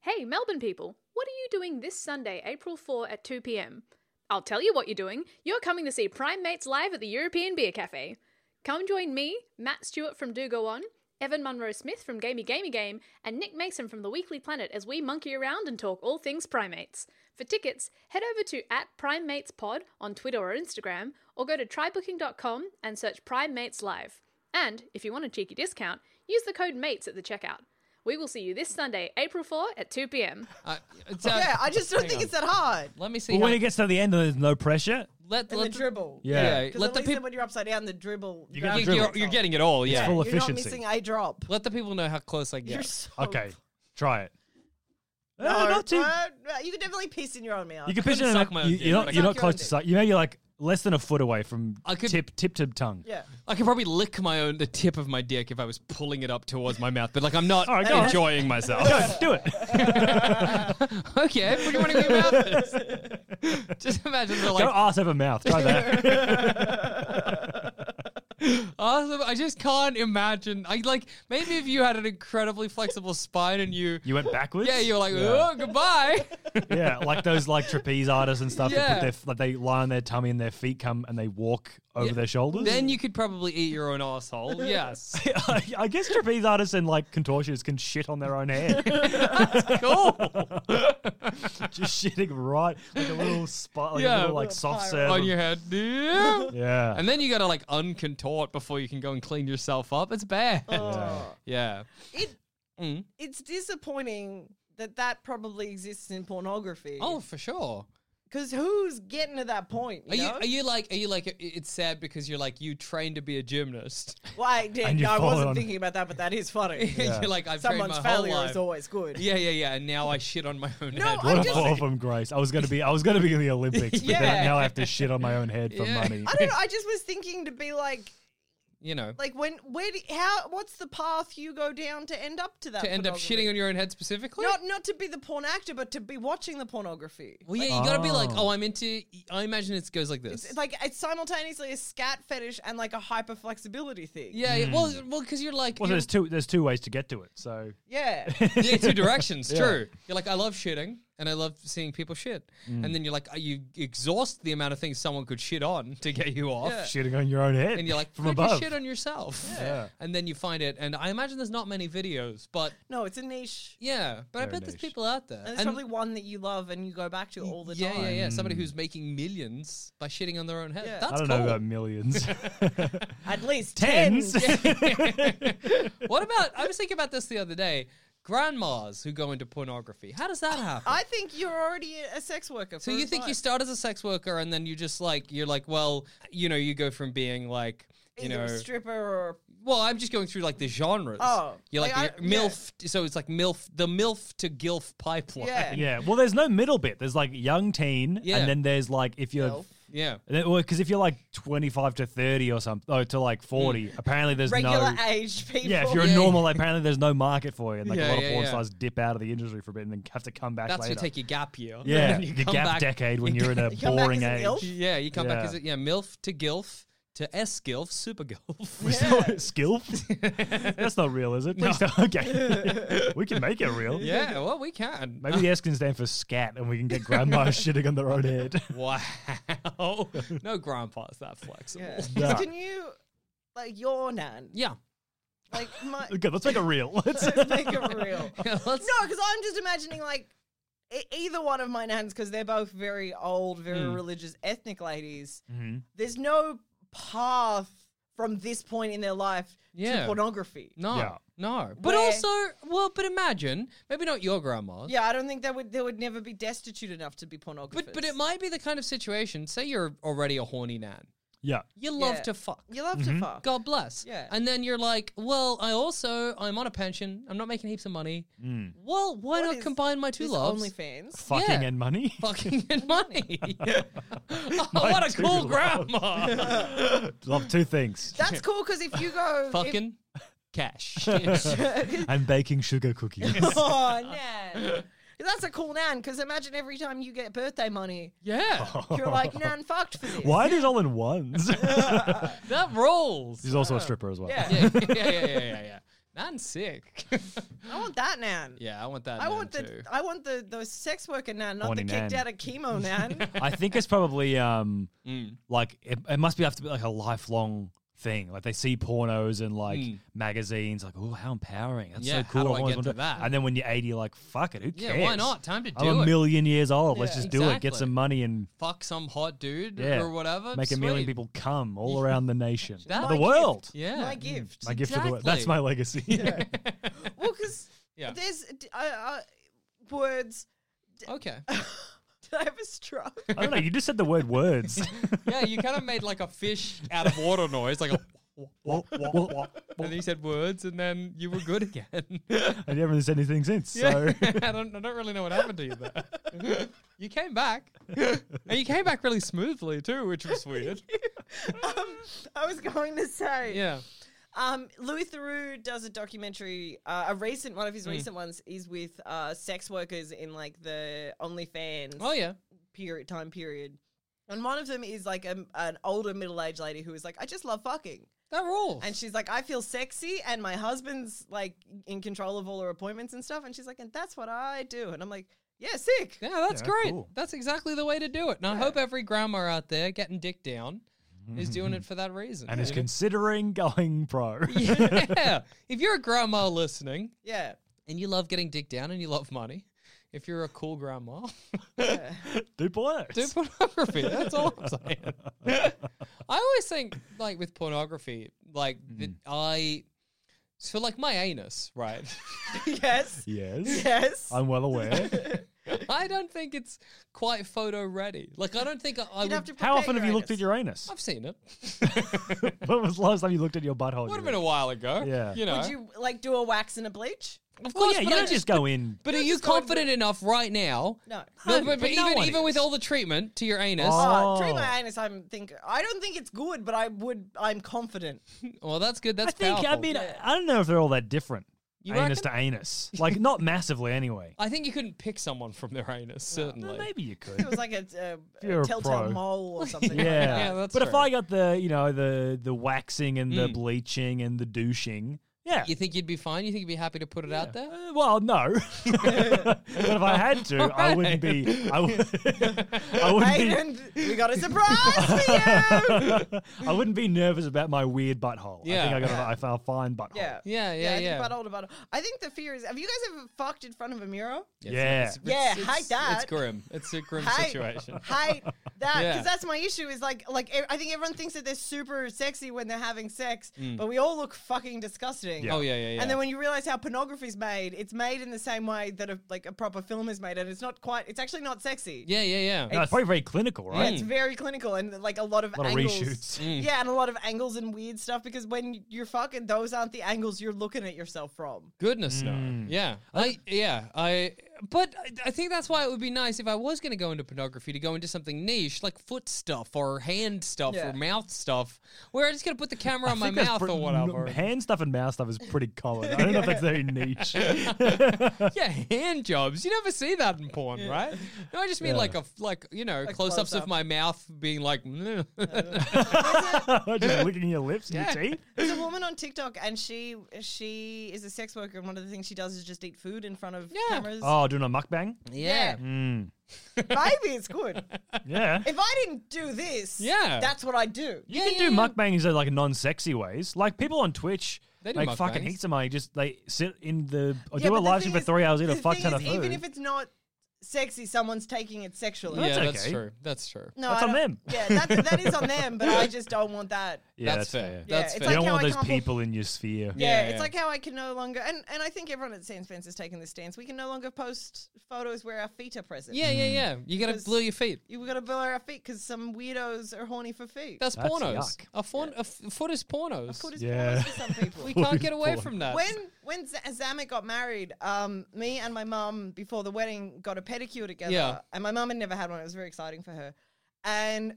Speaker 6: Hey, Melbourne people, what are you doing this Sunday, April 4 at 2 pm? I'll tell you what you're doing. You're coming to see Prime Mates live at the European Beer Cafe. Come join me, Matt Stewart from Do Go On, Evan Munro Smith from Gamey Gamey Game, and Nick Mason from The Weekly Planet as we monkey around and talk all things primates. For tickets, head over to at primatespod on Twitter or Instagram, or go to trybooking.com and search Prime Mates Live. And if you want a cheeky discount, use the code MATES at the checkout. We will see you this Sunday, April 4 at 2 p.m.
Speaker 2: I, it's, uh,
Speaker 3: Yeah, I just don't think it's that hard.
Speaker 2: Let me see.
Speaker 4: But
Speaker 2: how-
Speaker 4: when it gets to the end and there's no pressure,
Speaker 2: let,
Speaker 3: And
Speaker 2: let the-
Speaker 3: the dribble.
Speaker 4: Yeah.
Speaker 2: Yeah.
Speaker 3: Because
Speaker 2: let
Speaker 3: at
Speaker 2: the
Speaker 3: least
Speaker 2: people.
Speaker 3: when you're upside down, the dribble.
Speaker 4: You get the
Speaker 2: You're, you're, you're getting it all. Yeah.
Speaker 4: full
Speaker 3: You're not
Speaker 4: efficiency.
Speaker 3: missing a drop.
Speaker 2: Let the people know how close I get.
Speaker 3: You're so
Speaker 4: okay, try it. No,
Speaker 3: Oh. No,
Speaker 4: not too.
Speaker 3: no, no, you can definitely piss in your own mouth.
Speaker 4: you can piss it
Speaker 2: couldn't
Speaker 4: in.
Speaker 2: suck my
Speaker 4: Like, you,
Speaker 2: own dick.
Speaker 4: you're
Speaker 3: Suck your
Speaker 4: not, you're not
Speaker 3: own
Speaker 4: close to
Speaker 3: dick.
Speaker 4: suck. You know, you're like less than a foot away from
Speaker 2: I could-
Speaker 4: tip tip to tongue.
Speaker 3: yeah.
Speaker 2: I could probably lick my own the tip of my dick if I was pulling it up towards my mouth, but like I'm not
Speaker 4: All right, Oh, go on.
Speaker 2: enjoying myself.
Speaker 4: Do it.
Speaker 2: okay, what do you want to be about this? Just imagine they're
Speaker 4: Go
Speaker 2: like,
Speaker 4: ass over mouth. Try that.
Speaker 2: awesome. I just can't imagine. I like maybe if you had an incredibly flexible spine and you,
Speaker 4: you went backwards.
Speaker 2: yeah, you're like, oh, goodbye.
Speaker 4: yeah, like those like trapeze artists and stuff. That
Speaker 2: Yeah.
Speaker 4: put their, like they lie on their tummy and their feet come and they walk over
Speaker 2: Yeah.
Speaker 4: their shoulders.
Speaker 2: then you could probably eat your own asshole. Yes,
Speaker 4: I, I guess trapeze artists and like contortionists can shit on their own hair.
Speaker 2: cool.
Speaker 4: Just shitting right like a little spot, like
Speaker 2: Yeah.
Speaker 4: a little like soft serve.
Speaker 2: On
Speaker 4: of-
Speaker 2: your head, yeah.
Speaker 4: yeah.
Speaker 2: And then you gotta like uncontort before you can go and clean yourself up. It's bad.
Speaker 3: Oh.
Speaker 2: Yeah.
Speaker 3: It
Speaker 2: Mm.
Speaker 3: It's disappointing that that probably exists in pornography.
Speaker 2: Oh, for sure.
Speaker 3: Because who's getting to that point? You
Speaker 2: Are you,
Speaker 3: know?
Speaker 2: are you like are you like it's sad because you're like you trained to be a gymnast?
Speaker 3: Well, I did.
Speaker 2: And you
Speaker 3: I wasn't
Speaker 2: followed.
Speaker 3: thinking about that, but that is funny.
Speaker 2: Yeah. You're like, I've trained
Speaker 3: Someone's
Speaker 2: my whole
Speaker 3: failure
Speaker 2: life.
Speaker 3: is always good.
Speaker 2: yeah, yeah, yeah. And now I shit on my own head.
Speaker 4: What a fall from grace. I was gonna be I was gonna be in the Olympics, but then
Speaker 2: Yeah.
Speaker 4: I, now I have to shit on my own head for
Speaker 2: Yeah.
Speaker 4: money.
Speaker 3: I don't know. I just was thinking to be like,
Speaker 2: you know,
Speaker 3: like when, where, do- how, what's the path you go down to end up to that?
Speaker 2: to end up
Speaker 3: pornography?
Speaker 2: shitting on your own head specifically.
Speaker 3: Not, not to be the porn actor, but to be watching the pornography.
Speaker 2: Well, yeah, you gotta be like, oh, I'm into. I imagine it goes like this.
Speaker 3: It's like it's simultaneously a scat fetish and like a hyper flexibility thing.
Speaker 2: yeah, yeah, well, Hmm. well, because you're like,
Speaker 4: Well,
Speaker 2: you're-
Speaker 4: there's two there's two ways to get to it. So
Speaker 3: yeah,
Speaker 2: yeah, two directions.
Speaker 4: Yeah.
Speaker 2: True. You're like, I love shitting, and I love seeing people shit,
Speaker 4: Mm.
Speaker 2: and then you're like, uh, you exhaust the amount of things someone could shit on to get you off.
Speaker 3: Yeah.
Speaker 4: shitting on your own head.
Speaker 2: And you're like,
Speaker 4: from
Speaker 2: could you
Speaker 4: above.
Speaker 2: shit on yourself?
Speaker 3: Yeah. Yeah.
Speaker 2: And then you find it, and I imagine there's not many videos, but
Speaker 3: No, it's a niche.
Speaker 2: yeah, but I
Speaker 4: Very
Speaker 2: bet there's
Speaker 4: niche.
Speaker 2: people out there.
Speaker 3: And there's probably one that you love and you go back to all the
Speaker 2: yeah,
Speaker 3: time.
Speaker 2: yeah, yeah. Somebody
Speaker 4: Mm.
Speaker 2: who's making millions by shitting on their own head.
Speaker 3: Yeah.
Speaker 2: That's
Speaker 4: I don't
Speaker 2: cool.
Speaker 4: know about millions.
Speaker 3: At least
Speaker 4: Tens.
Speaker 3: tens.
Speaker 2: what about? I was thinking about this the other day. Grandmas who go into pornography. How does that happen?
Speaker 3: I think you're already a sex worker.
Speaker 2: So
Speaker 3: for
Speaker 2: you think you
Speaker 3: advice.
Speaker 2: start as a sex worker and then you just like you're like, well, you know, you go from being like, you
Speaker 3: either a
Speaker 2: know,
Speaker 3: stripper or
Speaker 2: well, I'm just going through like the genres.
Speaker 3: Oh,
Speaker 2: you're like,
Speaker 3: like,
Speaker 2: the
Speaker 3: I- yeah.
Speaker 2: milf. So it's like milf, the milf to gilf pipeline.
Speaker 3: Yeah.
Speaker 4: yeah. Well, there's no middle bit. There's like young teen,
Speaker 2: Yeah.
Speaker 4: and then there's like if you're
Speaker 3: Elf.
Speaker 2: yeah.
Speaker 4: because if you're like 25 to 30 or something, oh, to
Speaker 2: Hmm.
Speaker 4: like 40, apparently there's
Speaker 3: regular
Speaker 4: no.
Speaker 3: aged people.
Speaker 4: Yeah, if you're
Speaker 2: Yeah.
Speaker 4: a normal, apparently there's no market for you, and like
Speaker 2: Yeah,
Speaker 4: a lot
Speaker 2: yeah,
Speaker 4: of porn
Speaker 2: yeah.
Speaker 4: stars dip out of the industry for a bit and then have to come back
Speaker 2: That's
Speaker 4: later.
Speaker 2: you take your gap year. and
Speaker 4: yeah,
Speaker 2: then you
Speaker 4: the
Speaker 2: come
Speaker 4: gap
Speaker 2: back-
Speaker 4: decade when you're in a
Speaker 3: You come back
Speaker 4: boring
Speaker 3: as an
Speaker 4: age.
Speaker 3: elf?
Speaker 2: Yeah, you come back
Speaker 4: Yeah.
Speaker 2: as a, yeah, milf to gilf to s gilf, super gilf.
Speaker 4: Skill? That's not real, is it? Please don't- Okay, we can make it real.
Speaker 2: yeah, well, we can.
Speaker 4: Maybe the S can stand for scat, and we can get grandma shitting on their own head.
Speaker 2: Wow. No grandpa's that flexible.
Speaker 3: Yeah.
Speaker 4: Yeah.
Speaker 3: Can you like your nan?
Speaker 2: Yeah.
Speaker 3: Like my
Speaker 4: Good, let's make it real. Let's-
Speaker 3: let's make it real.
Speaker 2: Let's-
Speaker 3: No, because I'm just imagining like e- either one of my nans because they're both very old, very
Speaker 2: Mm. Mm-hmm.
Speaker 3: religious, ethnic ladies.
Speaker 4: Mhm.
Speaker 3: There's no path from this point in their life
Speaker 2: Yeah.
Speaker 3: to pornography.
Speaker 2: No,
Speaker 4: Yeah.
Speaker 2: no. But
Speaker 3: Where-
Speaker 2: also, well, but imagine maybe not your grandma.
Speaker 3: Yeah, I don't think that would they would never be destitute enough to be pornographers.
Speaker 2: But but it might be the kind of situation. Say you're already a horny nan.
Speaker 4: Yeah.
Speaker 2: You love
Speaker 3: Yeah.
Speaker 2: to fuck.
Speaker 3: you love to fuck.
Speaker 2: God bless.
Speaker 3: Yeah.
Speaker 2: And then you're like, well, I also I'm on a pension. I'm not making heaps of money.
Speaker 4: Mm.
Speaker 2: Well, why
Speaker 3: What
Speaker 2: not
Speaker 3: is
Speaker 2: combine my two
Speaker 3: This
Speaker 2: loves?
Speaker 3: OnlyFans.
Speaker 4: Fucking
Speaker 2: Yeah.
Speaker 4: and money.
Speaker 2: Fucking and money. oh, what a
Speaker 4: two
Speaker 2: cool
Speaker 4: loves.
Speaker 2: grandma.
Speaker 4: Love two things.
Speaker 3: That's cool because if you go if-
Speaker 2: Fucking cash.
Speaker 4: I'm baking sugar cookies.
Speaker 3: oh nan, that's a cool nan. Because imagine every time you get birthday money,
Speaker 4: Oh.
Speaker 2: yeah.
Speaker 3: you're like nan fucked for this.
Speaker 4: Why are these all in ones?
Speaker 2: That rolls.
Speaker 4: She's also a stripper as well.
Speaker 3: Yeah.
Speaker 2: yeah, yeah, yeah, yeah, yeah, yeah. Nan's sick.
Speaker 3: I want that nan.
Speaker 2: yeah, I want that.
Speaker 3: I
Speaker 2: nan
Speaker 3: want
Speaker 2: too.
Speaker 3: the I want the the sex worker nan, not
Speaker 4: Horny
Speaker 3: the kicked
Speaker 4: nan.
Speaker 3: out of chemo nan.
Speaker 4: I think it's probably um
Speaker 2: Mm.
Speaker 4: like it, it must be have to be like a lifelong thing. Like they see pornos and like magazines, like oh how empowering. That's
Speaker 2: Mm. Yeah,
Speaker 4: so
Speaker 2: how
Speaker 4: cool.
Speaker 2: do I
Speaker 4: always
Speaker 2: get
Speaker 4: wanted
Speaker 2: to that?
Speaker 4: And then when you're 80, you're like fuck it, who
Speaker 2: Yeah,
Speaker 4: cares?
Speaker 2: why not? Time to
Speaker 4: I'm
Speaker 2: do
Speaker 4: a
Speaker 2: it.
Speaker 4: million years old. Let's
Speaker 3: Yeah.
Speaker 4: just do it. Get
Speaker 2: Exactly.
Speaker 4: some money and
Speaker 2: Fuck some hot dude
Speaker 4: yeah,
Speaker 2: or whatever.
Speaker 4: Make a million
Speaker 2: sweet.
Speaker 4: people come all around the nation,
Speaker 2: That-
Speaker 4: the
Speaker 2: My
Speaker 4: world.
Speaker 2: Yeah.
Speaker 3: My gift.
Speaker 4: My gift to the world. That's
Speaker 2: Exactly.
Speaker 4: my legacy.
Speaker 3: Well, because
Speaker 2: Yeah.
Speaker 3: there's d- uh, uh, words.
Speaker 2: Okay.
Speaker 3: Did I have a stroke?
Speaker 4: I don't know. You just said the word words.
Speaker 2: Yeah, you kind of made like a fish out of water noise, like a.
Speaker 4: Wah, wah, wah.
Speaker 2: And then you said words, and then you were good again.
Speaker 4: I never said anything since.
Speaker 2: Yeah.
Speaker 4: So
Speaker 2: I don't. I don't really know what happened to you there. you came back, and you came back really smoothly too, which was weird.
Speaker 3: um, I was going to say.
Speaker 2: Yeah.
Speaker 3: Um, Louis Theroux does a documentary. Uh, a recent one of
Speaker 2: Hmm.
Speaker 3: his recent ones is with uh, sex workers in like the OnlyFans
Speaker 2: Oh yeah.
Speaker 3: period time period, and one of them is like a, an older middle aged lady who is like, I just love fucking.
Speaker 2: That rules.
Speaker 3: And she's like, I feel sexy, and my husband's like in control of all her appointments and stuff. And she's like, and that's what I do. And I'm like, yeah, sick.
Speaker 2: Yeah, that's
Speaker 4: Yeah,
Speaker 2: great.
Speaker 4: cool.
Speaker 2: That's exactly the way to do it. And I hope every grandma out there getting dick down is doing it for that reason.
Speaker 4: Mm-hmm. and is
Speaker 2: you know?
Speaker 4: considering going pro.
Speaker 2: yeah. If you're a grandma listening
Speaker 3: Yeah.
Speaker 2: and you love getting dick down and you love money, if you're a cool grandma,
Speaker 4: Do pornos.
Speaker 2: do pornography. That's all I'm saying. I always think, like,
Speaker 4: Hmm.
Speaker 2: with pornography, like, that I. So, like, my anus, right?
Speaker 3: yes.
Speaker 4: Yes.
Speaker 3: Yes.
Speaker 4: I'm well aware.
Speaker 2: I don't think it's quite photo ready. Like I don't think I, I would.
Speaker 3: have to
Speaker 4: How often have you looked at your anus?
Speaker 2: I've seen it.
Speaker 4: when was the last time you looked at your butthole?
Speaker 2: Would have
Speaker 4: Yuri?
Speaker 2: been a while ago.
Speaker 4: Yeah.
Speaker 2: You know.
Speaker 3: Would you like do a wax and a bleach?
Speaker 2: of
Speaker 4: Well,
Speaker 2: course.
Speaker 4: yeah,
Speaker 2: but
Speaker 4: you
Speaker 2: I
Speaker 4: don't just go in.
Speaker 2: But are you confident enough right now?
Speaker 3: No.
Speaker 2: No, but,
Speaker 4: No,
Speaker 2: but
Speaker 4: but no
Speaker 2: even
Speaker 4: one
Speaker 2: even with
Speaker 4: is.
Speaker 2: all the treatment to your anus,
Speaker 3: Oh, treat
Speaker 4: Oh.
Speaker 3: my anus. I'm think I don't think it's good, but I would. I'm confident.
Speaker 2: well, that's good. That's
Speaker 4: I think.
Speaker 2: powerful.
Speaker 4: I mean, I I don't know if they're all that different.
Speaker 2: You
Speaker 4: anus
Speaker 2: reckon?
Speaker 4: to anus, like not massively anyway.
Speaker 2: I think you couldn't pick someone from their anus. Certainly,
Speaker 4: Well, maybe you
Speaker 3: It
Speaker 4: could.
Speaker 3: was like a, a,
Speaker 4: You're a
Speaker 3: telltale
Speaker 4: pro.
Speaker 3: mole or something.
Speaker 4: Yeah,
Speaker 2: Yeah, that's
Speaker 4: but if
Speaker 2: true.
Speaker 4: I got the you know the the waxing and the
Speaker 2: Mm.
Speaker 4: bleaching and the douching, yeah.
Speaker 2: You think you'd be fine? You think you'd be happy to put it out there?
Speaker 4: Uh, well, no. but if I had to, I wouldn't be. I, would, I wouldn't be.
Speaker 3: Hayden, we got a surprise for you.
Speaker 4: I wouldn't be nervous about my weird butthole. I think
Speaker 2: Yeah.
Speaker 4: I got a, I found a fine butthole.
Speaker 3: Yeah.
Speaker 2: Yeah, yeah,
Speaker 3: I
Speaker 2: yeah.
Speaker 3: Think about older, about I think the fear is. Have you guys ever fucked in front of a mirror?
Speaker 4: Yeah.
Speaker 3: Yeah, hate that.
Speaker 2: It's grim. It's a grim
Speaker 3: Hate-
Speaker 2: situation.
Speaker 3: Hate that because
Speaker 2: Yeah.
Speaker 3: that's my issue. Is like, like e- I think everyone thinks that they're super sexy when they're having sex, but we all look fucking disgusting.
Speaker 2: Mm. Oh yeah, yeah, yeah.
Speaker 3: And then when you realize how pornography's made, it's made in the same way that a, like a proper film is made, and it's not quite. It's actually not sexy.
Speaker 2: yeah, yeah, yeah.
Speaker 4: No, it's probably very clinical,
Speaker 3: Yeah,
Speaker 4: right?
Speaker 3: it's very clinical and like a lot of
Speaker 4: A lot of
Speaker 3: angles.
Speaker 4: reshoots.
Speaker 2: Mm.
Speaker 3: Yeah, and a lot of angles and weird stuff because when you're fucking, those aren't the angles you're looking at yourself from.
Speaker 2: Goodness
Speaker 4: Mm.
Speaker 2: no. Yeah. I yeah, I but I- I think that's why it would be nice if I was going to go into pornography to go into something niche like foot stuff or hand stuff
Speaker 3: Yeah.
Speaker 2: or mouth stuff where I'm just going to put the camera on my
Speaker 4: think that's
Speaker 2: mouth
Speaker 4: pre-
Speaker 2: or whatever.
Speaker 4: m- Hand stuff and mouth stuff is pretty common. I don't know if that's very niche.
Speaker 2: yeah, hand jobs. You never see that in porn, right? No, I just mean like a f- like, you know, close-ups
Speaker 3: close-up.
Speaker 2: of my mouth being like "Mm."
Speaker 4: Just licking your lips and your teeth.
Speaker 3: There's a woman on TikTok and she she is a sex worker and one of the things she does is just eat food in front of
Speaker 2: Yeah.
Speaker 3: cameras.
Speaker 4: Oh, doing a mukbang?
Speaker 2: Yeah.
Speaker 4: Mm.
Speaker 3: Maybe it's good.
Speaker 4: Yeah.
Speaker 3: If I didn't do this,
Speaker 2: Yeah.
Speaker 3: that's what I do.
Speaker 4: You can do mukbangs in like non-sexy ways. Like people on Twitch,
Speaker 2: They
Speaker 4: they
Speaker 2: do
Speaker 4: make fucking
Speaker 2: mukbangs.
Speaker 4: heaps of money. Just they sit in the or
Speaker 3: Yeah,
Speaker 4: do
Speaker 3: but
Speaker 4: a
Speaker 3: the
Speaker 4: live
Speaker 3: thing
Speaker 4: stream for
Speaker 3: is-
Speaker 4: three hours, eat a
Speaker 3: the
Speaker 4: fuck
Speaker 3: thing
Speaker 4: ton of
Speaker 3: is,
Speaker 4: food.
Speaker 3: Even if it's not sexy, someone's taking it sexually.
Speaker 2: yeah,
Speaker 4: That's
Speaker 2: that's
Speaker 4: okay.
Speaker 2: true. That's true.
Speaker 3: No,
Speaker 4: That's
Speaker 3: I
Speaker 4: on
Speaker 3: don't-
Speaker 4: them.
Speaker 3: Yeah, that, that is on them, but I just don't want that.
Speaker 4: yeah,
Speaker 2: that's, fair.
Speaker 3: Yeah,
Speaker 2: That's
Speaker 3: it's
Speaker 2: fair.
Speaker 3: like
Speaker 4: you don't
Speaker 3: how
Speaker 4: want
Speaker 3: I
Speaker 4: those
Speaker 3: can't bel-
Speaker 4: people in your sphere.
Speaker 3: Yeah,
Speaker 2: Yeah,
Speaker 3: it's
Speaker 2: yeah.
Speaker 3: like how I can no longer, and, and I think everyone at Sans Fence has taken this stance. We can no longer post photos where our feet are present.
Speaker 2: Yeah,
Speaker 4: Mm.
Speaker 2: yeah, yeah. You got to
Speaker 3: Because-
Speaker 2: blow your feet.
Speaker 3: You gotta blur our feet because some weirdos are horny for feet.
Speaker 2: That's,
Speaker 4: That's
Speaker 2: pornos.
Speaker 4: yuck.
Speaker 2: A, fon- a f- foot is pornos.
Speaker 3: Foot is
Speaker 4: Yeah.
Speaker 3: pornos for some people.
Speaker 2: we
Speaker 4: Foot
Speaker 2: can't
Speaker 4: is
Speaker 2: get away
Speaker 4: porn.
Speaker 2: from that.
Speaker 3: when when Z- Zamet got married, um, me and my mum before the wedding got a pedicure together.
Speaker 2: Yeah.
Speaker 3: And my mum had never had one. It was very exciting for her. And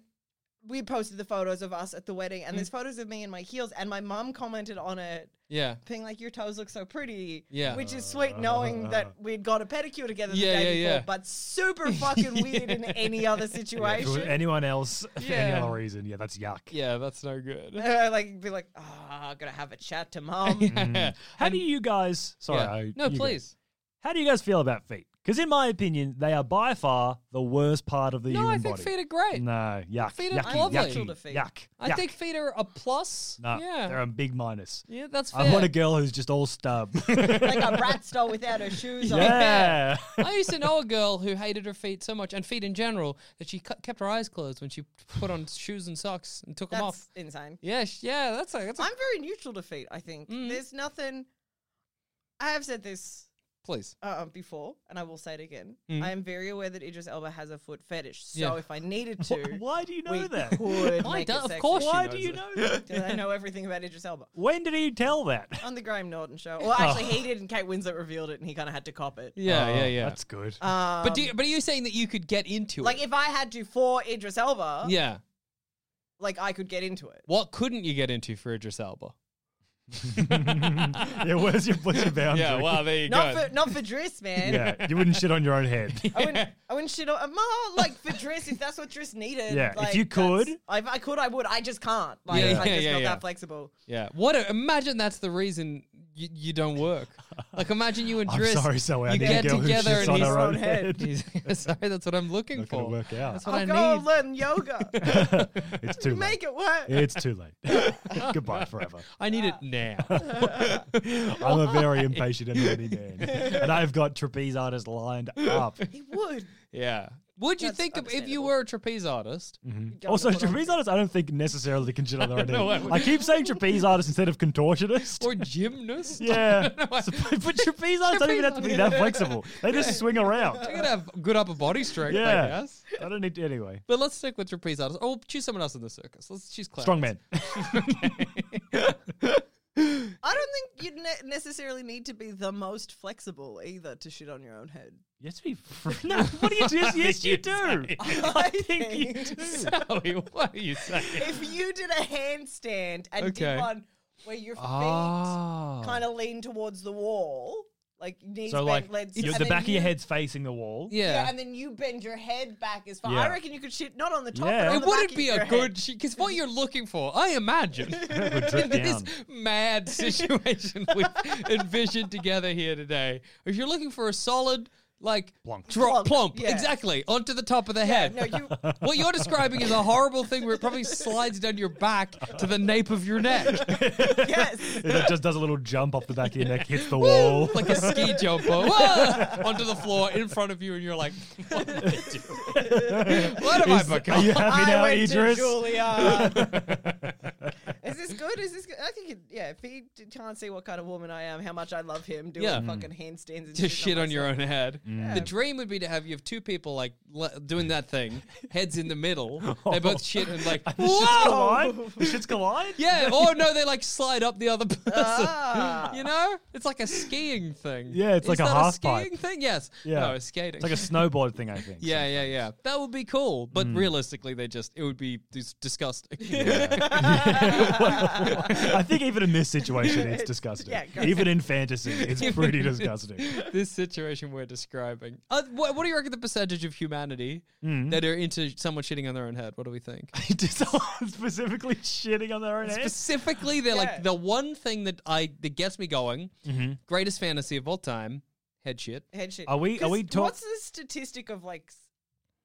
Speaker 3: we posted the photos of us at the wedding,
Speaker 2: Mm.
Speaker 3: and there's photos of me in my heels. And my mum commented on it,
Speaker 2: Yeah.
Speaker 3: being like, "Your toes look so pretty."
Speaker 2: Yeah.
Speaker 3: Which is sweet, knowing that we'd got a pedicure together the
Speaker 2: Yeah,
Speaker 3: day
Speaker 2: yeah,
Speaker 3: before,
Speaker 2: yeah.
Speaker 3: but super fucking weird in any other
Speaker 4: Yeah, if it was
Speaker 3: situation.
Speaker 4: anyone else for any
Speaker 2: Yeah.
Speaker 4: other reason, yeah, that's yuck.
Speaker 2: Yeah, that's no good.
Speaker 3: Uh, like be like, oh, I gotta have a chat to mum.
Speaker 4: How do you guys? Sorry,
Speaker 2: Yeah.
Speaker 4: I,
Speaker 2: no,
Speaker 4: you go.
Speaker 2: please.
Speaker 4: How do you guys feel about feet? Because in my opinion, they are by far the worst part of the
Speaker 2: No,
Speaker 4: human
Speaker 2: I think
Speaker 4: body.
Speaker 2: feet are great.
Speaker 4: no, yuck.
Speaker 2: Feet are
Speaker 4: yucky,
Speaker 2: lovely.
Speaker 4: yucky,
Speaker 3: Shoulder feet.
Speaker 4: Yuck.
Speaker 2: I
Speaker 4: yuck.
Speaker 2: think feet are a plus.
Speaker 4: no,
Speaker 2: yeah.
Speaker 4: they're a big minus.
Speaker 2: yeah, that's fair.
Speaker 4: I want a girl who's just all stub.
Speaker 3: like a brat doll without her shoes on.
Speaker 4: yeah.
Speaker 2: I used to know a girl who hated her feet so much and feet in general that she cu- kept her eyes closed when she put on shoes and socks and took them off.
Speaker 3: That's insane.
Speaker 2: Yeah, sh- yeah, that's a, that's a
Speaker 3: I'm very neutral to feet. I think
Speaker 2: Mm.
Speaker 3: there's nothing. I have said this
Speaker 2: please.
Speaker 3: uh, before, and I will say it again. I am very aware that Idris Elba has a foot fetish. So
Speaker 2: Mm. Yeah.
Speaker 3: if I needed
Speaker 4: Wh-
Speaker 3: to,
Speaker 4: Why do you
Speaker 3: we
Speaker 4: know that?
Speaker 3: could
Speaker 2: I
Speaker 3: make
Speaker 2: do,
Speaker 3: it
Speaker 2: of
Speaker 3: sexy.
Speaker 2: course.
Speaker 4: Why
Speaker 2: she
Speaker 4: do
Speaker 2: knows
Speaker 4: you
Speaker 2: it.
Speaker 4: know that?
Speaker 3: Did I know everything about Idris Elba
Speaker 4: When did he tell that?
Speaker 3: on the Graham Norton show? Well, actually, he did, and Kate Winslet revealed it, and he kind of had to cop it.
Speaker 2: Oh.
Speaker 3: Um,
Speaker 2: Yeah, yeah,
Speaker 4: Oh,
Speaker 2: yeah.
Speaker 4: That's um good.
Speaker 2: but do you, but are you saying that you could get into
Speaker 3: Like
Speaker 2: it?
Speaker 3: if I had to for Idris Elba,
Speaker 2: yeah.
Speaker 3: like I could get into it.
Speaker 2: What couldn't you get into for Idris Elba?
Speaker 4: yeah, where's your, where's your boundary?
Speaker 2: Yeah, well, there you
Speaker 3: Not
Speaker 2: go.
Speaker 3: for not for Driss, man.
Speaker 4: yeah, you wouldn't shit on your own head.
Speaker 3: I wouldn't. I wouldn't shit on. More like for Driss, if that's what Driss needed.
Speaker 4: Yeah, if
Speaker 3: like,
Speaker 4: you
Speaker 3: that's-
Speaker 4: could.
Speaker 3: if I could, I would. I just can't. Like,
Speaker 2: Yeah.
Speaker 3: I'm
Speaker 2: Yeah,
Speaker 3: just
Speaker 2: yeah,
Speaker 3: not
Speaker 2: yeah.
Speaker 3: that flexible.
Speaker 2: Yeah. What? A, imagine that's the reason you, you don't work. Like, imagine you and
Speaker 4: I'm
Speaker 2: Driss.
Speaker 4: sorry, Zoe, I
Speaker 2: You
Speaker 4: need a
Speaker 2: get
Speaker 4: girl who
Speaker 2: together
Speaker 4: shits
Speaker 2: and
Speaker 4: on
Speaker 2: he's
Speaker 4: her own head.
Speaker 2: He's, sorry, that's what I'm looking
Speaker 4: Not
Speaker 2: for.
Speaker 4: gonna work out.
Speaker 2: That's what I
Speaker 3: I'll
Speaker 2: need.
Speaker 3: go learn yoga.
Speaker 4: It's too late.
Speaker 3: Make it work.
Speaker 4: It's too late. Goodbye forever.
Speaker 2: I need it now.
Speaker 4: I'm a very impatient and horny man, and I've got trapeze artists lined up.
Speaker 3: He would.
Speaker 2: yeah. Would you
Speaker 3: That's
Speaker 2: think of, if you
Speaker 3: understandable.
Speaker 2: were a trapeze artist?
Speaker 4: Mhm.
Speaker 3: Go
Speaker 4: Also,
Speaker 3: on, go on.
Speaker 4: trapeze artists, I don't think necessarily consider their
Speaker 2: know,
Speaker 4: identity.
Speaker 2: I-
Speaker 4: I keep saying trapeze artist instead of contortionist.
Speaker 2: Or gymnast?
Speaker 4: yeah,
Speaker 2: I don't know, I-
Speaker 4: So- but trapeze artists don't even have to be
Speaker 2: Trapeze
Speaker 4: that flexible. They just swing around.
Speaker 2: You're gonna have good upper body strength, I
Speaker 4: Yeah,
Speaker 2: guess.
Speaker 4: I don't need to anyway.
Speaker 2: But let's stick with trapeze artists. Oh, choose someone else in the circus. Let's choose Clarence.
Speaker 4: Strongman.
Speaker 3: I don't think you ne- necessarily need to be the most flexible either to shit on your own head.
Speaker 4: Yes, we. Fr- no, what do you do? Yes, you do. I think you do.
Speaker 2: Zoe, what are you saying?
Speaker 3: if you did a handstand and
Speaker 2: Okay.
Speaker 3: did one where your feet kind of lean towards the wall, like knees
Speaker 4: Ah. So
Speaker 3: bent,
Speaker 4: like,
Speaker 3: legs,
Speaker 4: your-
Speaker 3: and
Speaker 4: the
Speaker 3: then
Speaker 4: back of
Speaker 3: you-
Speaker 4: your head's facing the wall.
Speaker 3: Yeah.
Speaker 2: Yeah.
Speaker 3: and then you bend your head back as far. I
Speaker 4: Yeah.
Speaker 3: reckon you could shit not on the top. But on
Speaker 4: Yeah.
Speaker 2: it
Speaker 3: the back
Speaker 2: wouldn't
Speaker 3: of
Speaker 2: be
Speaker 3: your
Speaker 2: a
Speaker 3: head.
Speaker 2: good because what you're looking for, I imagine,
Speaker 4: would drip
Speaker 2: in this
Speaker 4: down.
Speaker 2: mad situation we've envisioned together here today, if you're looking for a solid like
Speaker 4: Plonk.
Speaker 2: drop
Speaker 3: Plonk,
Speaker 2: plump
Speaker 3: yeah.
Speaker 2: exactly onto the top of the head.
Speaker 3: No, you.
Speaker 2: what you're describing is a horrible thing where it probably slides down your back to the nape of your neck,
Speaker 3: Yes.
Speaker 4: It just does a little jump off the back of your neck, hits the wall.
Speaker 2: like a ski jumper, Whoa! onto the floor in front of you, and you're like, "What, am I doing? What am
Speaker 4: Is-
Speaker 2: I
Speaker 4: are
Speaker 2: becoming?"
Speaker 4: you happy
Speaker 3: I
Speaker 4: now,
Speaker 3: went
Speaker 4: Idris?
Speaker 3: to Juilliard. Is this good? Is this good? I think, it, yeah, if he d- can't see what kind of woman I am, how much I love him doing
Speaker 2: Yeah.
Speaker 3: fucking handstands and
Speaker 2: to shit on your
Speaker 3: myself.
Speaker 2: own head. The
Speaker 3: Yeah.
Speaker 2: dream would be to have you have two people like le- doing that thing, heads in the middle.
Speaker 4: Oh.
Speaker 2: They both shit and like,
Speaker 4: The shits
Speaker 2: whoa,
Speaker 4: collide. The shits collide.
Speaker 2: yeah. Or no, they like slide up the other person.
Speaker 3: Ah.
Speaker 2: You know, it's like a skiing thing.
Speaker 4: Yeah, it's
Speaker 2: Is
Speaker 4: like a
Speaker 2: that
Speaker 4: half
Speaker 2: skiing
Speaker 4: pipe.
Speaker 2: thing. Yes.
Speaker 4: Yeah.
Speaker 2: No, it's skating.
Speaker 4: It's like a snowboard thing, I think.
Speaker 2: yeah, yeah, yeah. That would be cool, but
Speaker 4: Mm.
Speaker 2: realistically, they just it would be dis- disgusting.
Speaker 4: I think even in this situation, it's disgusting.
Speaker 3: Yeah, go
Speaker 4: even in fantasy, it's pretty disgusting.
Speaker 2: this situation we're describing. Uh, what, what do you reckon the percentage of humanity
Speaker 4: Mm.
Speaker 2: that are into someone shitting on their own head? What do we think?
Speaker 4: Just someone specifically shitting on their own head.
Speaker 2: Specifically, they're
Speaker 3: Yeah.
Speaker 2: like the one thing that I that gets me going.
Speaker 4: Mm-hmm.
Speaker 2: Greatest fantasy of all time, head shit.
Speaker 3: head shit.
Speaker 4: Are we- are
Speaker 3: 'Cause
Speaker 4: we talk-
Speaker 3: What's the statistic of like? s-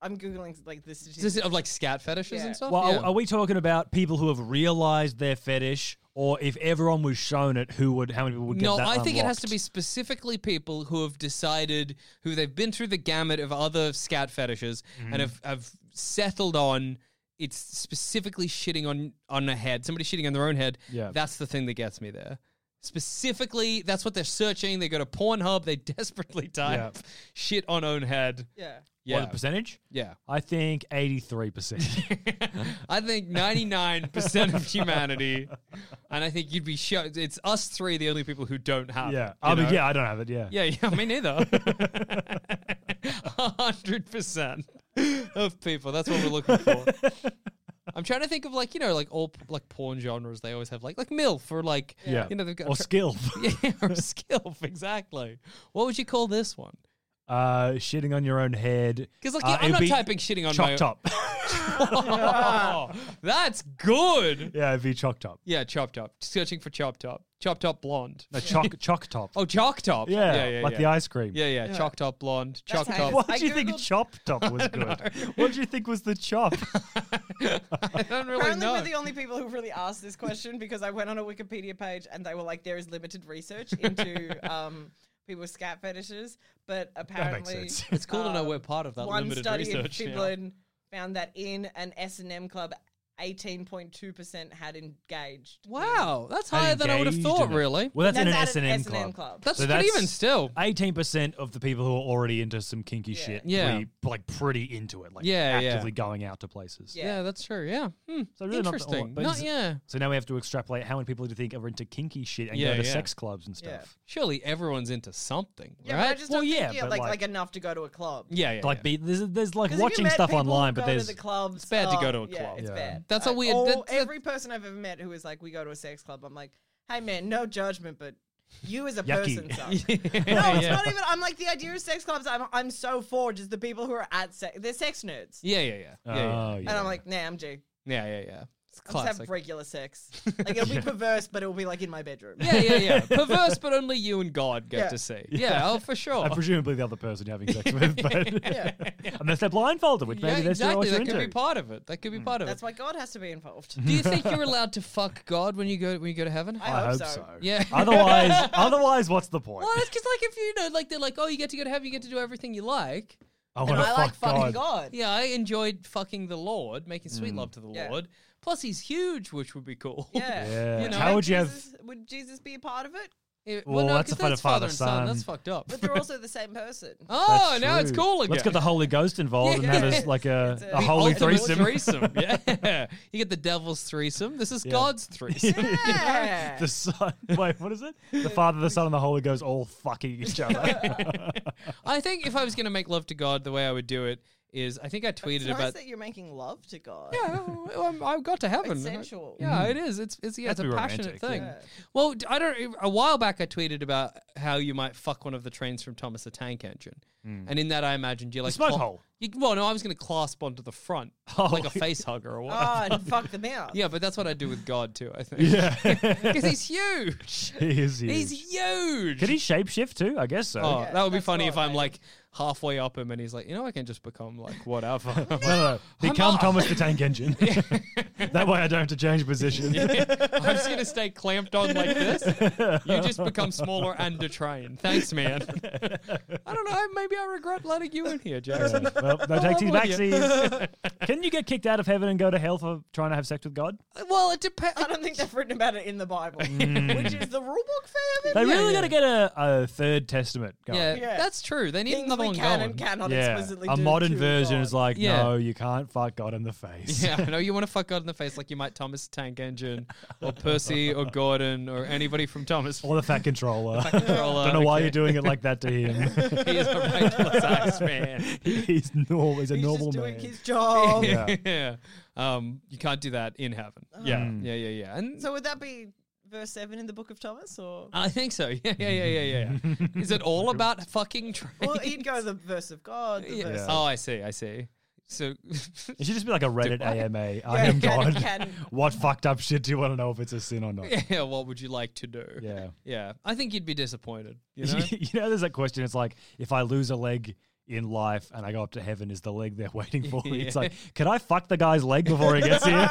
Speaker 3: I'm googling like the
Speaker 2: Is this
Speaker 3: statistic.
Speaker 2: of like scat fetishes
Speaker 3: Yeah.
Speaker 2: and stuff?
Speaker 4: Well, are-
Speaker 2: Yeah.
Speaker 4: are, we talking about people who have realized their fetish, or if everyone was shown it, who would? How many people would get
Speaker 2: no,
Speaker 4: that?
Speaker 2: I think it has to
Speaker 4: unlocked?
Speaker 2: be specifically people who have decided who they've been through the gamut of other scat fetishes
Speaker 4: Mm-hmm.
Speaker 2: and have, have settled on it's specifically shitting on on a head. Somebody shitting on their own head.
Speaker 4: Yeah.
Speaker 2: That's the thing that gets me there. Specifically, that's what they're searching. They go to Pornhub, they desperately type shit on own head.
Speaker 3: yeah.
Speaker 4: What,
Speaker 2: Yeah.
Speaker 4: the percentage?
Speaker 2: Yeah.
Speaker 4: I think eighty-three percent.
Speaker 2: I think 99% of humanity, and I think you'd be shocked. It's us three, the only people who don't have.
Speaker 4: Yeah,
Speaker 2: it,
Speaker 4: I
Speaker 2: you
Speaker 4: mean,
Speaker 2: know?
Speaker 4: yeah, I don't have it. Yeah,
Speaker 2: Yeah, yeah, me neither. A hundred percent of people. That's what we're looking for. I'm trying to think of like you know like all p- like porn genres. They always have like like milf for like
Speaker 4: yeah.
Speaker 2: you know they've got
Speaker 4: or
Speaker 2: tra-
Speaker 4: skill.
Speaker 2: yeah or skilf exactly. What would you call this one?
Speaker 4: uh, shitting on your own head.
Speaker 2: Because like
Speaker 4: Uh,
Speaker 2: yeah,
Speaker 4: it'd
Speaker 2: I'm not
Speaker 4: be
Speaker 2: typing shitting on
Speaker 4: Chalk
Speaker 2: my
Speaker 4: top.
Speaker 2: Oh, that's good.
Speaker 4: yeah, it'd be chalk top.
Speaker 2: Yeah, chop top. Searching for chop top. Chop top blonde.
Speaker 4: No, chalk chalk top.
Speaker 2: Oh, chalk top.
Speaker 4: yeah,
Speaker 2: yeah, yeah.
Speaker 4: like
Speaker 2: yeah.
Speaker 4: the ice cream.
Speaker 2: Yeah, yeah. Chalk top blonde. Chalk
Speaker 3: how
Speaker 2: top.
Speaker 3: it is.
Speaker 4: Why
Speaker 3: I
Speaker 4: do you think
Speaker 3: googled-
Speaker 4: chop top was good? What do you think was the chop?
Speaker 2: I don't really
Speaker 3: Apparently,
Speaker 2: know.
Speaker 3: we're the only people who really asked this question because I went on a Wikipedia page and they were like, there is limited research into um, people with scat fetishes, but apparently,
Speaker 4: sense.
Speaker 2: It's cool to know
Speaker 3: um,
Speaker 2: we're part of that
Speaker 3: one
Speaker 2: limited
Speaker 3: study
Speaker 2: research.
Speaker 3: in
Speaker 2: now.
Speaker 3: Finland found that in an S and M club, eighteen point two percent had engaged.
Speaker 2: Wow, that's higher than I would have
Speaker 4: Engaged in
Speaker 2: thought.
Speaker 4: it.
Speaker 2: Really,
Speaker 4: Well, that's in an
Speaker 3: That's
Speaker 4: S
Speaker 3: at
Speaker 4: and
Speaker 3: an
Speaker 4: M
Speaker 3: S&M
Speaker 4: club.
Speaker 3: club.
Speaker 2: that's
Speaker 4: So
Speaker 2: but
Speaker 4: that's-
Speaker 2: even still.
Speaker 4: Eighteen percent of the people who are already into some kinky shit,
Speaker 2: Yeah.
Speaker 4: pretty, like pretty into it, like
Speaker 2: Yeah, yeah.
Speaker 4: actively going out to places.
Speaker 3: Yeah.
Speaker 2: yeah. that's true. Yeah, hmm.
Speaker 4: So really not that- oh,
Speaker 2: interesting.
Speaker 4: but
Speaker 2: Not
Speaker 4: is it-
Speaker 2: yeah.
Speaker 4: So now we have to extrapolate how many people do you think are into kinky shit and
Speaker 2: Yeah,
Speaker 4: go to
Speaker 2: yeah.
Speaker 4: sex clubs and stuff.
Speaker 3: Yeah.
Speaker 2: Surely everyone's into something,
Speaker 3: Yeah,
Speaker 2: right?
Speaker 3: but I just
Speaker 4: Well,
Speaker 3: don't
Speaker 4: yeah,
Speaker 3: think yeah,
Speaker 4: but
Speaker 3: like,
Speaker 4: like-
Speaker 3: like enough to go to a club.
Speaker 2: yeah, yeah.
Speaker 4: Like
Speaker 2: yeah.
Speaker 4: be, there's, there's like
Speaker 3: 'Cause if you
Speaker 4: watching
Speaker 3: met
Speaker 4: stuff
Speaker 3: people who
Speaker 4: online, but
Speaker 3: go to
Speaker 4: there's
Speaker 3: the clubs, it's
Speaker 2: bad to go to a
Speaker 3: yeah,
Speaker 2: club.
Speaker 3: It's
Speaker 4: Yeah.
Speaker 3: bad.
Speaker 2: That's a
Speaker 3: I-
Speaker 2: weird-
Speaker 3: all-
Speaker 2: that's a-
Speaker 3: every person I've ever met who is like, we go to a sex club. I'm like, hey man, no judgment, but you as a
Speaker 4: Yucky.
Speaker 3: person suck. no, it's not even. I'm like the idea of sex clubs. I'm I'm so for just the people who are at sex. They're sex nerds,
Speaker 2: yeah, yeah, yeah, yeah, yeah,
Speaker 4: Oh, yeah.
Speaker 3: and I'm like, nah, I'm G.
Speaker 2: yeah, yeah, yeah. It's
Speaker 3: I'll just
Speaker 2: classic.
Speaker 3: have regular sex. Like it'll be perverse, but it'll be like in my bedroom.
Speaker 2: Yeah, yeah, yeah. Perverse, but only you and God get
Speaker 3: Yeah.
Speaker 2: to see. Yeah, oh, for sure.
Speaker 4: and presumably the other person you're having sex with, but unless they're blindfolded, which
Speaker 2: yeah,
Speaker 4: maybe they're still
Speaker 2: exactly.
Speaker 4: what you're
Speaker 2: That could be
Speaker 4: into. Hmm.
Speaker 2: part of it. That could be part of
Speaker 3: That's
Speaker 2: it.
Speaker 3: why God has to be involved.
Speaker 2: Do you think you're allowed to fuck God when you go when you go to heaven?
Speaker 3: I
Speaker 4: I
Speaker 3: hope
Speaker 4: hope
Speaker 3: so.
Speaker 4: so.
Speaker 2: Yeah.
Speaker 4: otherwise, otherwise, what's the point?
Speaker 2: Well, that's because like if you know, like they're like, oh, you get to go to heaven, you get to do everything you like.
Speaker 4: I wanna
Speaker 3: I like
Speaker 4: fuck
Speaker 3: fucking
Speaker 4: God.
Speaker 3: God.
Speaker 2: Yeah, I enjoyed fucking the Lord, making sweet
Speaker 4: Hmm.
Speaker 2: love to the
Speaker 3: Yeah.
Speaker 2: Lord. Plus, he's huge, which would be cool.
Speaker 3: Yeah.
Speaker 4: Yeah.
Speaker 2: You know,
Speaker 4: How would you have?
Speaker 3: Jesus, would Jesus be a part of it?
Speaker 2: It-
Speaker 4: Well,
Speaker 2: no,
Speaker 4: that's
Speaker 2: 'cause
Speaker 4: a father- father
Speaker 2: and son.
Speaker 4: son.
Speaker 2: That's fucked up.
Speaker 3: But they're also the same person.
Speaker 2: oh,
Speaker 4: That's
Speaker 2: now it's
Speaker 4: true.
Speaker 2: cool again.
Speaker 4: Let's get the Holy Ghost involved and have us like a, a
Speaker 2: The
Speaker 4: holy
Speaker 2: ultimate
Speaker 4: threesome.
Speaker 2: threesome. Yeah, you get the devil's threesome. This is God's threesome.
Speaker 3: Yeah.
Speaker 4: the Son. Wait, what is it? The Father, the Son, and the Holy Ghost all fucking each other.
Speaker 2: I think if I was going to make love to God, the way I would do it is, I think I tweeted
Speaker 3: It's nice
Speaker 2: about.
Speaker 3: that you're making love to God.
Speaker 2: Yeah, well, I'm- I've got to heaven.
Speaker 3: It's sensual.
Speaker 2: Yeah, it is. It's it's yeah, it's
Speaker 4: Mm. That'd
Speaker 2: a
Speaker 4: be
Speaker 2: passionate
Speaker 4: romantic, yeah.
Speaker 2: thing. Well, d- I don't. A while back, I tweeted about how you might fuck one of the trains from Thomas the Tank Engine, and in that, I imagined you like
Speaker 4: Mm. smoke
Speaker 2: cla-
Speaker 4: hole. Oh,
Speaker 2: You, well, no, I was going to clasp onto the front like a face hugger or what.
Speaker 3: Oh, and fuck them out.
Speaker 2: Yeah, but that's what I do with God too. I think.
Speaker 4: yeah.
Speaker 2: because he's huge.
Speaker 4: he is huge.
Speaker 2: He's huge.
Speaker 4: Could he shapeshift too? I guess so.
Speaker 2: Oh, that would be
Speaker 3: that's
Speaker 2: funny
Speaker 3: God,
Speaker 2: if I'm
Speaker 3: mate.
Speaker 2: like halfway up him and he's like, you know, I can just become like whatever.
Speaker 4: No, no, no. Become
Speaker 2: off.
Speaker 4: Thomas the Tank Engine. that way I don't have to change position.
Speaker 2: I'm just gonna stay clamped on like this. You just become smaller and a train. Thanks, man. I don't know. Maybe I regret letting you in here, Jackson.
Speaker 4: Yeah. Well, no takesies
Speaker 2: I'm with you.
Speaker 4: backsies. Can you get kicked out of heaven and go to hell for trying to have sex with God?
Speaker 3: Uh,
Speaker 2: Well, it depends.
Speaker 3: I don't think they've written about it in the Bible,
Speaker 4: Mm.
Speaker 3: which is the rule book for
Speaker 4: They
Speaker 3: heaven.
Speaker 4: really
Speaker 2: yeah.
Speaker 4: got to get a, a third testament going.
Speaker 2: Yeah,
Speaker 3: Yeah.
Speaker 2: that's true. They need
Speaker 3: Things
Speaker 2: another
Speaker 3: we
Speaker 2: one
Speaker 3: can
Speaker 2: going.
Speaker 3: and cannot
Speaker 4: Yeah.
Speaker 3: explicitly
Speaker 4: A
Speaker 3: do
Speaker 4: modern
Speaker 3: to
Speaker 4: version
Speaker 3: God.
Speaker 4: is like,
Speaker 2: Yeah.
Speaker 4: no, you can't fuck God in the face.
Speaker 2: Yeah, I know you want to fuck God in the face like you might Thomas Tank Engine or Percy or Gordon or anybody from Thomas.
Speaker 4: Or the fat controller.
Speaker 2: Controller.
Speaker 4: Don't know why
Speaker 2: Okay.
Speaker 4: you're doing it like that to him.
Speaker 2: He is a regular sized man.
Speaker 4: he's normal. He's a
Speaker 3: He's
Speaker 4: normal
Speaker 3: just
Speaker 4: man.
Speaker 3: doing his job.
Speaker 4: Yeah.
Speaker 2: yeah. Um, you can't do that in heaven.
Speaker 4: Yeah.
Speaker 2: Yeah, yeah, yeah. And
Speaker 3: So would that be verse seven in the book of Thomas, or
Speaker 2: I think so. Yeah, yeah, yeah, yeah, yeah. Is it all about fucking trains?
Speaker 3: well, he'd go the verse of God, the
Speaker 2: Yeah.
Speaker 3: verse
Speaker 2: Oh, I see. I see. So,
Speaker 4: It should just be like a Reddit
Speaker 2: I?
Speaker 4: AMA. I
Speaker 3: can-
Speaker 4: am God.
Speaker 3: can-
Speaker 4: What fucked up shit do you want to know if it's a sin or not?
Speaker 2: yeah, what would you like to do?
Speaker 4: Yeah.
Speaker 2: Yeah. I think you'd be disappointed. You
Speaker 4: You
Speaker 2: know?
Speaker 4: know? there's that question. It's like, if I lose a leg in life and I go up to heaven, is the leg they're waiting for? It's like, can I fuck the guy's leg before he gets here?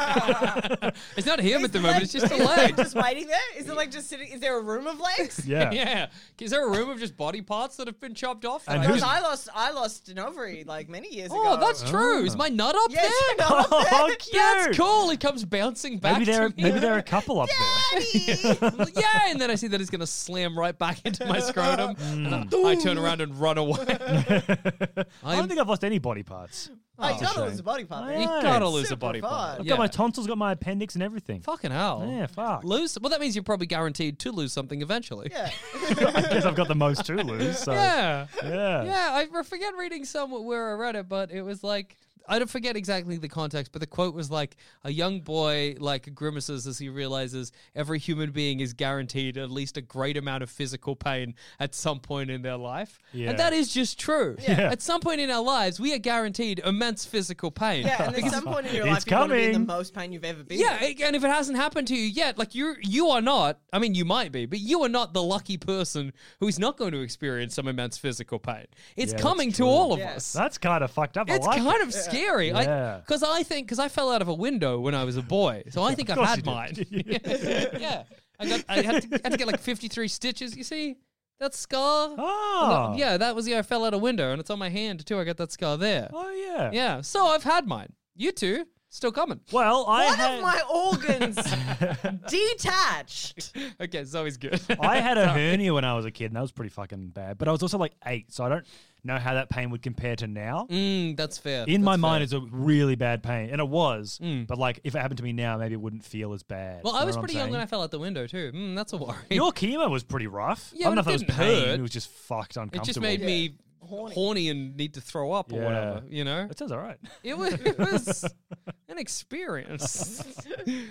Speaker 2: it's not him at the moment. It's just a
Speaker 3: Is the leg
Speaker 2: leg.
Speaker 3: just waiting there? Is it like just sitting? Is there a room of legs?
Speaker 4: yeah.
Speaker 2: yeah. Is there a room of just body parts that have been chopped off? that
Speaker 4: And
Speaker 2: I
Speaker 4: who's-
Speaker 3: Because
Speaker 2: can-
Speaker 3: I lost, I lost an ovary like many years ago.
Speaker 2: oh, that's true. Is my nut up
Speaker 3: yes,
Speaker 2: there?
Speaker 3: you know what I'm
Speaker 4: Oh,
Speaker 3: saying?
Speaker 4: cute.
Speaker 2: That's cool. It comes bouncing back.
Speaker 4: Maybe they're
Speaker 2: to me.
Speaker 4: maybe they're a couple up there.
Speaker 2: yeah, and then I see that it's gonna slam right back into my scrotum,
Speaker 4: Mm.
Speaker 2: and I, I turn around and run away.
Speaker 4: I don't think I've lost any body parts.
Speaker 3: I
Speaker 4: That's
Speaker 3: gotta
Speaker 4: a
Speaker 3: lose a
Speaker 4: shame.
Speaker 3: body part.
Speaker 4: Yeah.
Speaker 2: You
Speaker 4: Nice.
Speaker 2: gotta lose a
Speaker 3: Super
Speaker 2: body part.
Speaker 3: fun.
Speaker 4: I've
Speaker 2: Yeah.
Speaker 4: got my tonsils, got my appendix, and everything.
Speaker 2: Fucking hell.
Speaker 4: Yeah, fuck.
Speaker 2: Lose. Well, that means you're probably guaranteed to lose something eventually.
Speaker 3: Yeah.
Speaker 4: I guess I've got the most to lose. So yeah,
Speaker 2: Yeah.
Speaker 4: yeah.
Speaker 2: Yeah, I re- forget reading somewhere where I read it, but it was like I don't forget exactly the context, but the quote was like a young boy like grimaces as he realizes every human being is guaranteed at least a great amount of physical pain at some point in their life.
Speaker 4: Yeah.
Speaker 2: And that is just true.
Speaker 4: Yeah.
Speaker 2: At some point in our lives, we are guaranteed immense physical pain.
Speaker 3: Yeah, and at some point in your life,
Speaker 4: It's
Speaker 3: you're gonna be in the
Speaker 4: coming.
Speaker 3: most pain you've ever been.
Speaker 2: Yeah,
Speaker 3: in.
Speaker 2: and if it hasn't happened to you yet, like you you are not, I mean you might be, but you are not the lucky person who is not going to experience some immense physical pain. It's
Speaker 4: Yeah, that's
Speaker 2: coming to
Speaker 4: true.
Speaker 2: all of
Speaker 3: Yeah.
Speaker 2: us.
Speaker 4: That's kind of fucked up. I
Speaker 2: It's
Speaker 4: like
Speaker 2: kind
Speaker 4: it.
Speaker 2: of scary.
Speaker 4: Yeah.
Speaker 2: Because I, think, because I fell out of a window when I was a boy. So I think I've
Speaker 4: course
Speaker 2: had mine.
Speaker 4: you
Speaker 2: yeah. I, got, I had, to, had to get like 53 stitches. You see that scar?
Speaker 4: Oh.
Speaker 2: Yeah, that was, yeah, I fell out a window and it's on my hand too. I got that scar there.
Speaker 4: Oh yeah.
Speaker 2: Yeah. So I've had mine. You two, still coming.
Speaker 4: Well, I
Speaker 3: One
Speaker 4: had
Speaker 3: of my organs detached.
Speaker 2: Okay, Zoe's good.
Speaker 4: I had a hernia when I was a kid, and that was pretty fucking bad. But I was also like eight, so I don't know how that pain would compare to now.
Speaker 2: Mm, that's fair.
Speaker 4: In my
Speaker 2: That's fair. Mm.
Speaker 4: mind, it's a really bad pain, and it was. But like, if it happened to me now, maybe it wouldn't feel as bad.
Speaker 2: Well,
Speaker 4: You
Speaker 2: I
Speaker 4: know
Speaker 2: was
Speaker 4: what I'm
Speaker 2: pretty young when I
Speaker 4: saying?
Speaker 2: fell out the window too. Mm, that's a worry.
Speaker 4: Your chemo was pretty rough.
Speaker 2: Yeah,
Speaker 4: I don't know if
Speaker 2: but it
Speaker 4: that was
Speaker 2: didn't
Speaker 4: pain.
Speaker 2: hurt.
Speaker 4: It was just fucked
Speaker 2: it
Speaker 4: uncomfortable.
Speaker 2: just made me
Speaker 3: Horny.
Speaker 2: horny. and need to throw up or
Speaker 4: Yeah.
Speaker 2: whatever, you know?
Speaker 4: That sounds all right.
Speaker 2: It was, it was an experience.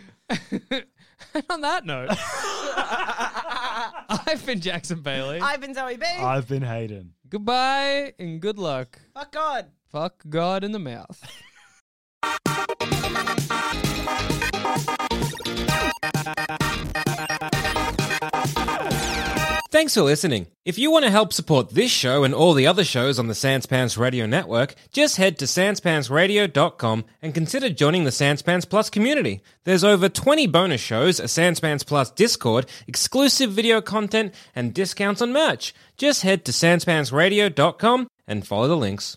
Speaker 2: and on that note, I've been Jackson Bailey.
Speaker 3: I've been Zoe B.
Speaker 4: I've been Hayden.
Speaker 2: Goodbye and good luck.
Speaker 3: Fuck God.
Speaker 2: Fuck God in the mouth.
Speaker 1: Thanks for listening. If you want to help support this show and all the other shows on the Sanspants Radio Network, just head to sanspantsradio.com and consider joining the Sanspants Plus community. There's over 20 bonus shows, a Sanspants Plus Discord, exclusive video content, and discounts on merch. Just head to sanspantsradio.com and follow the links.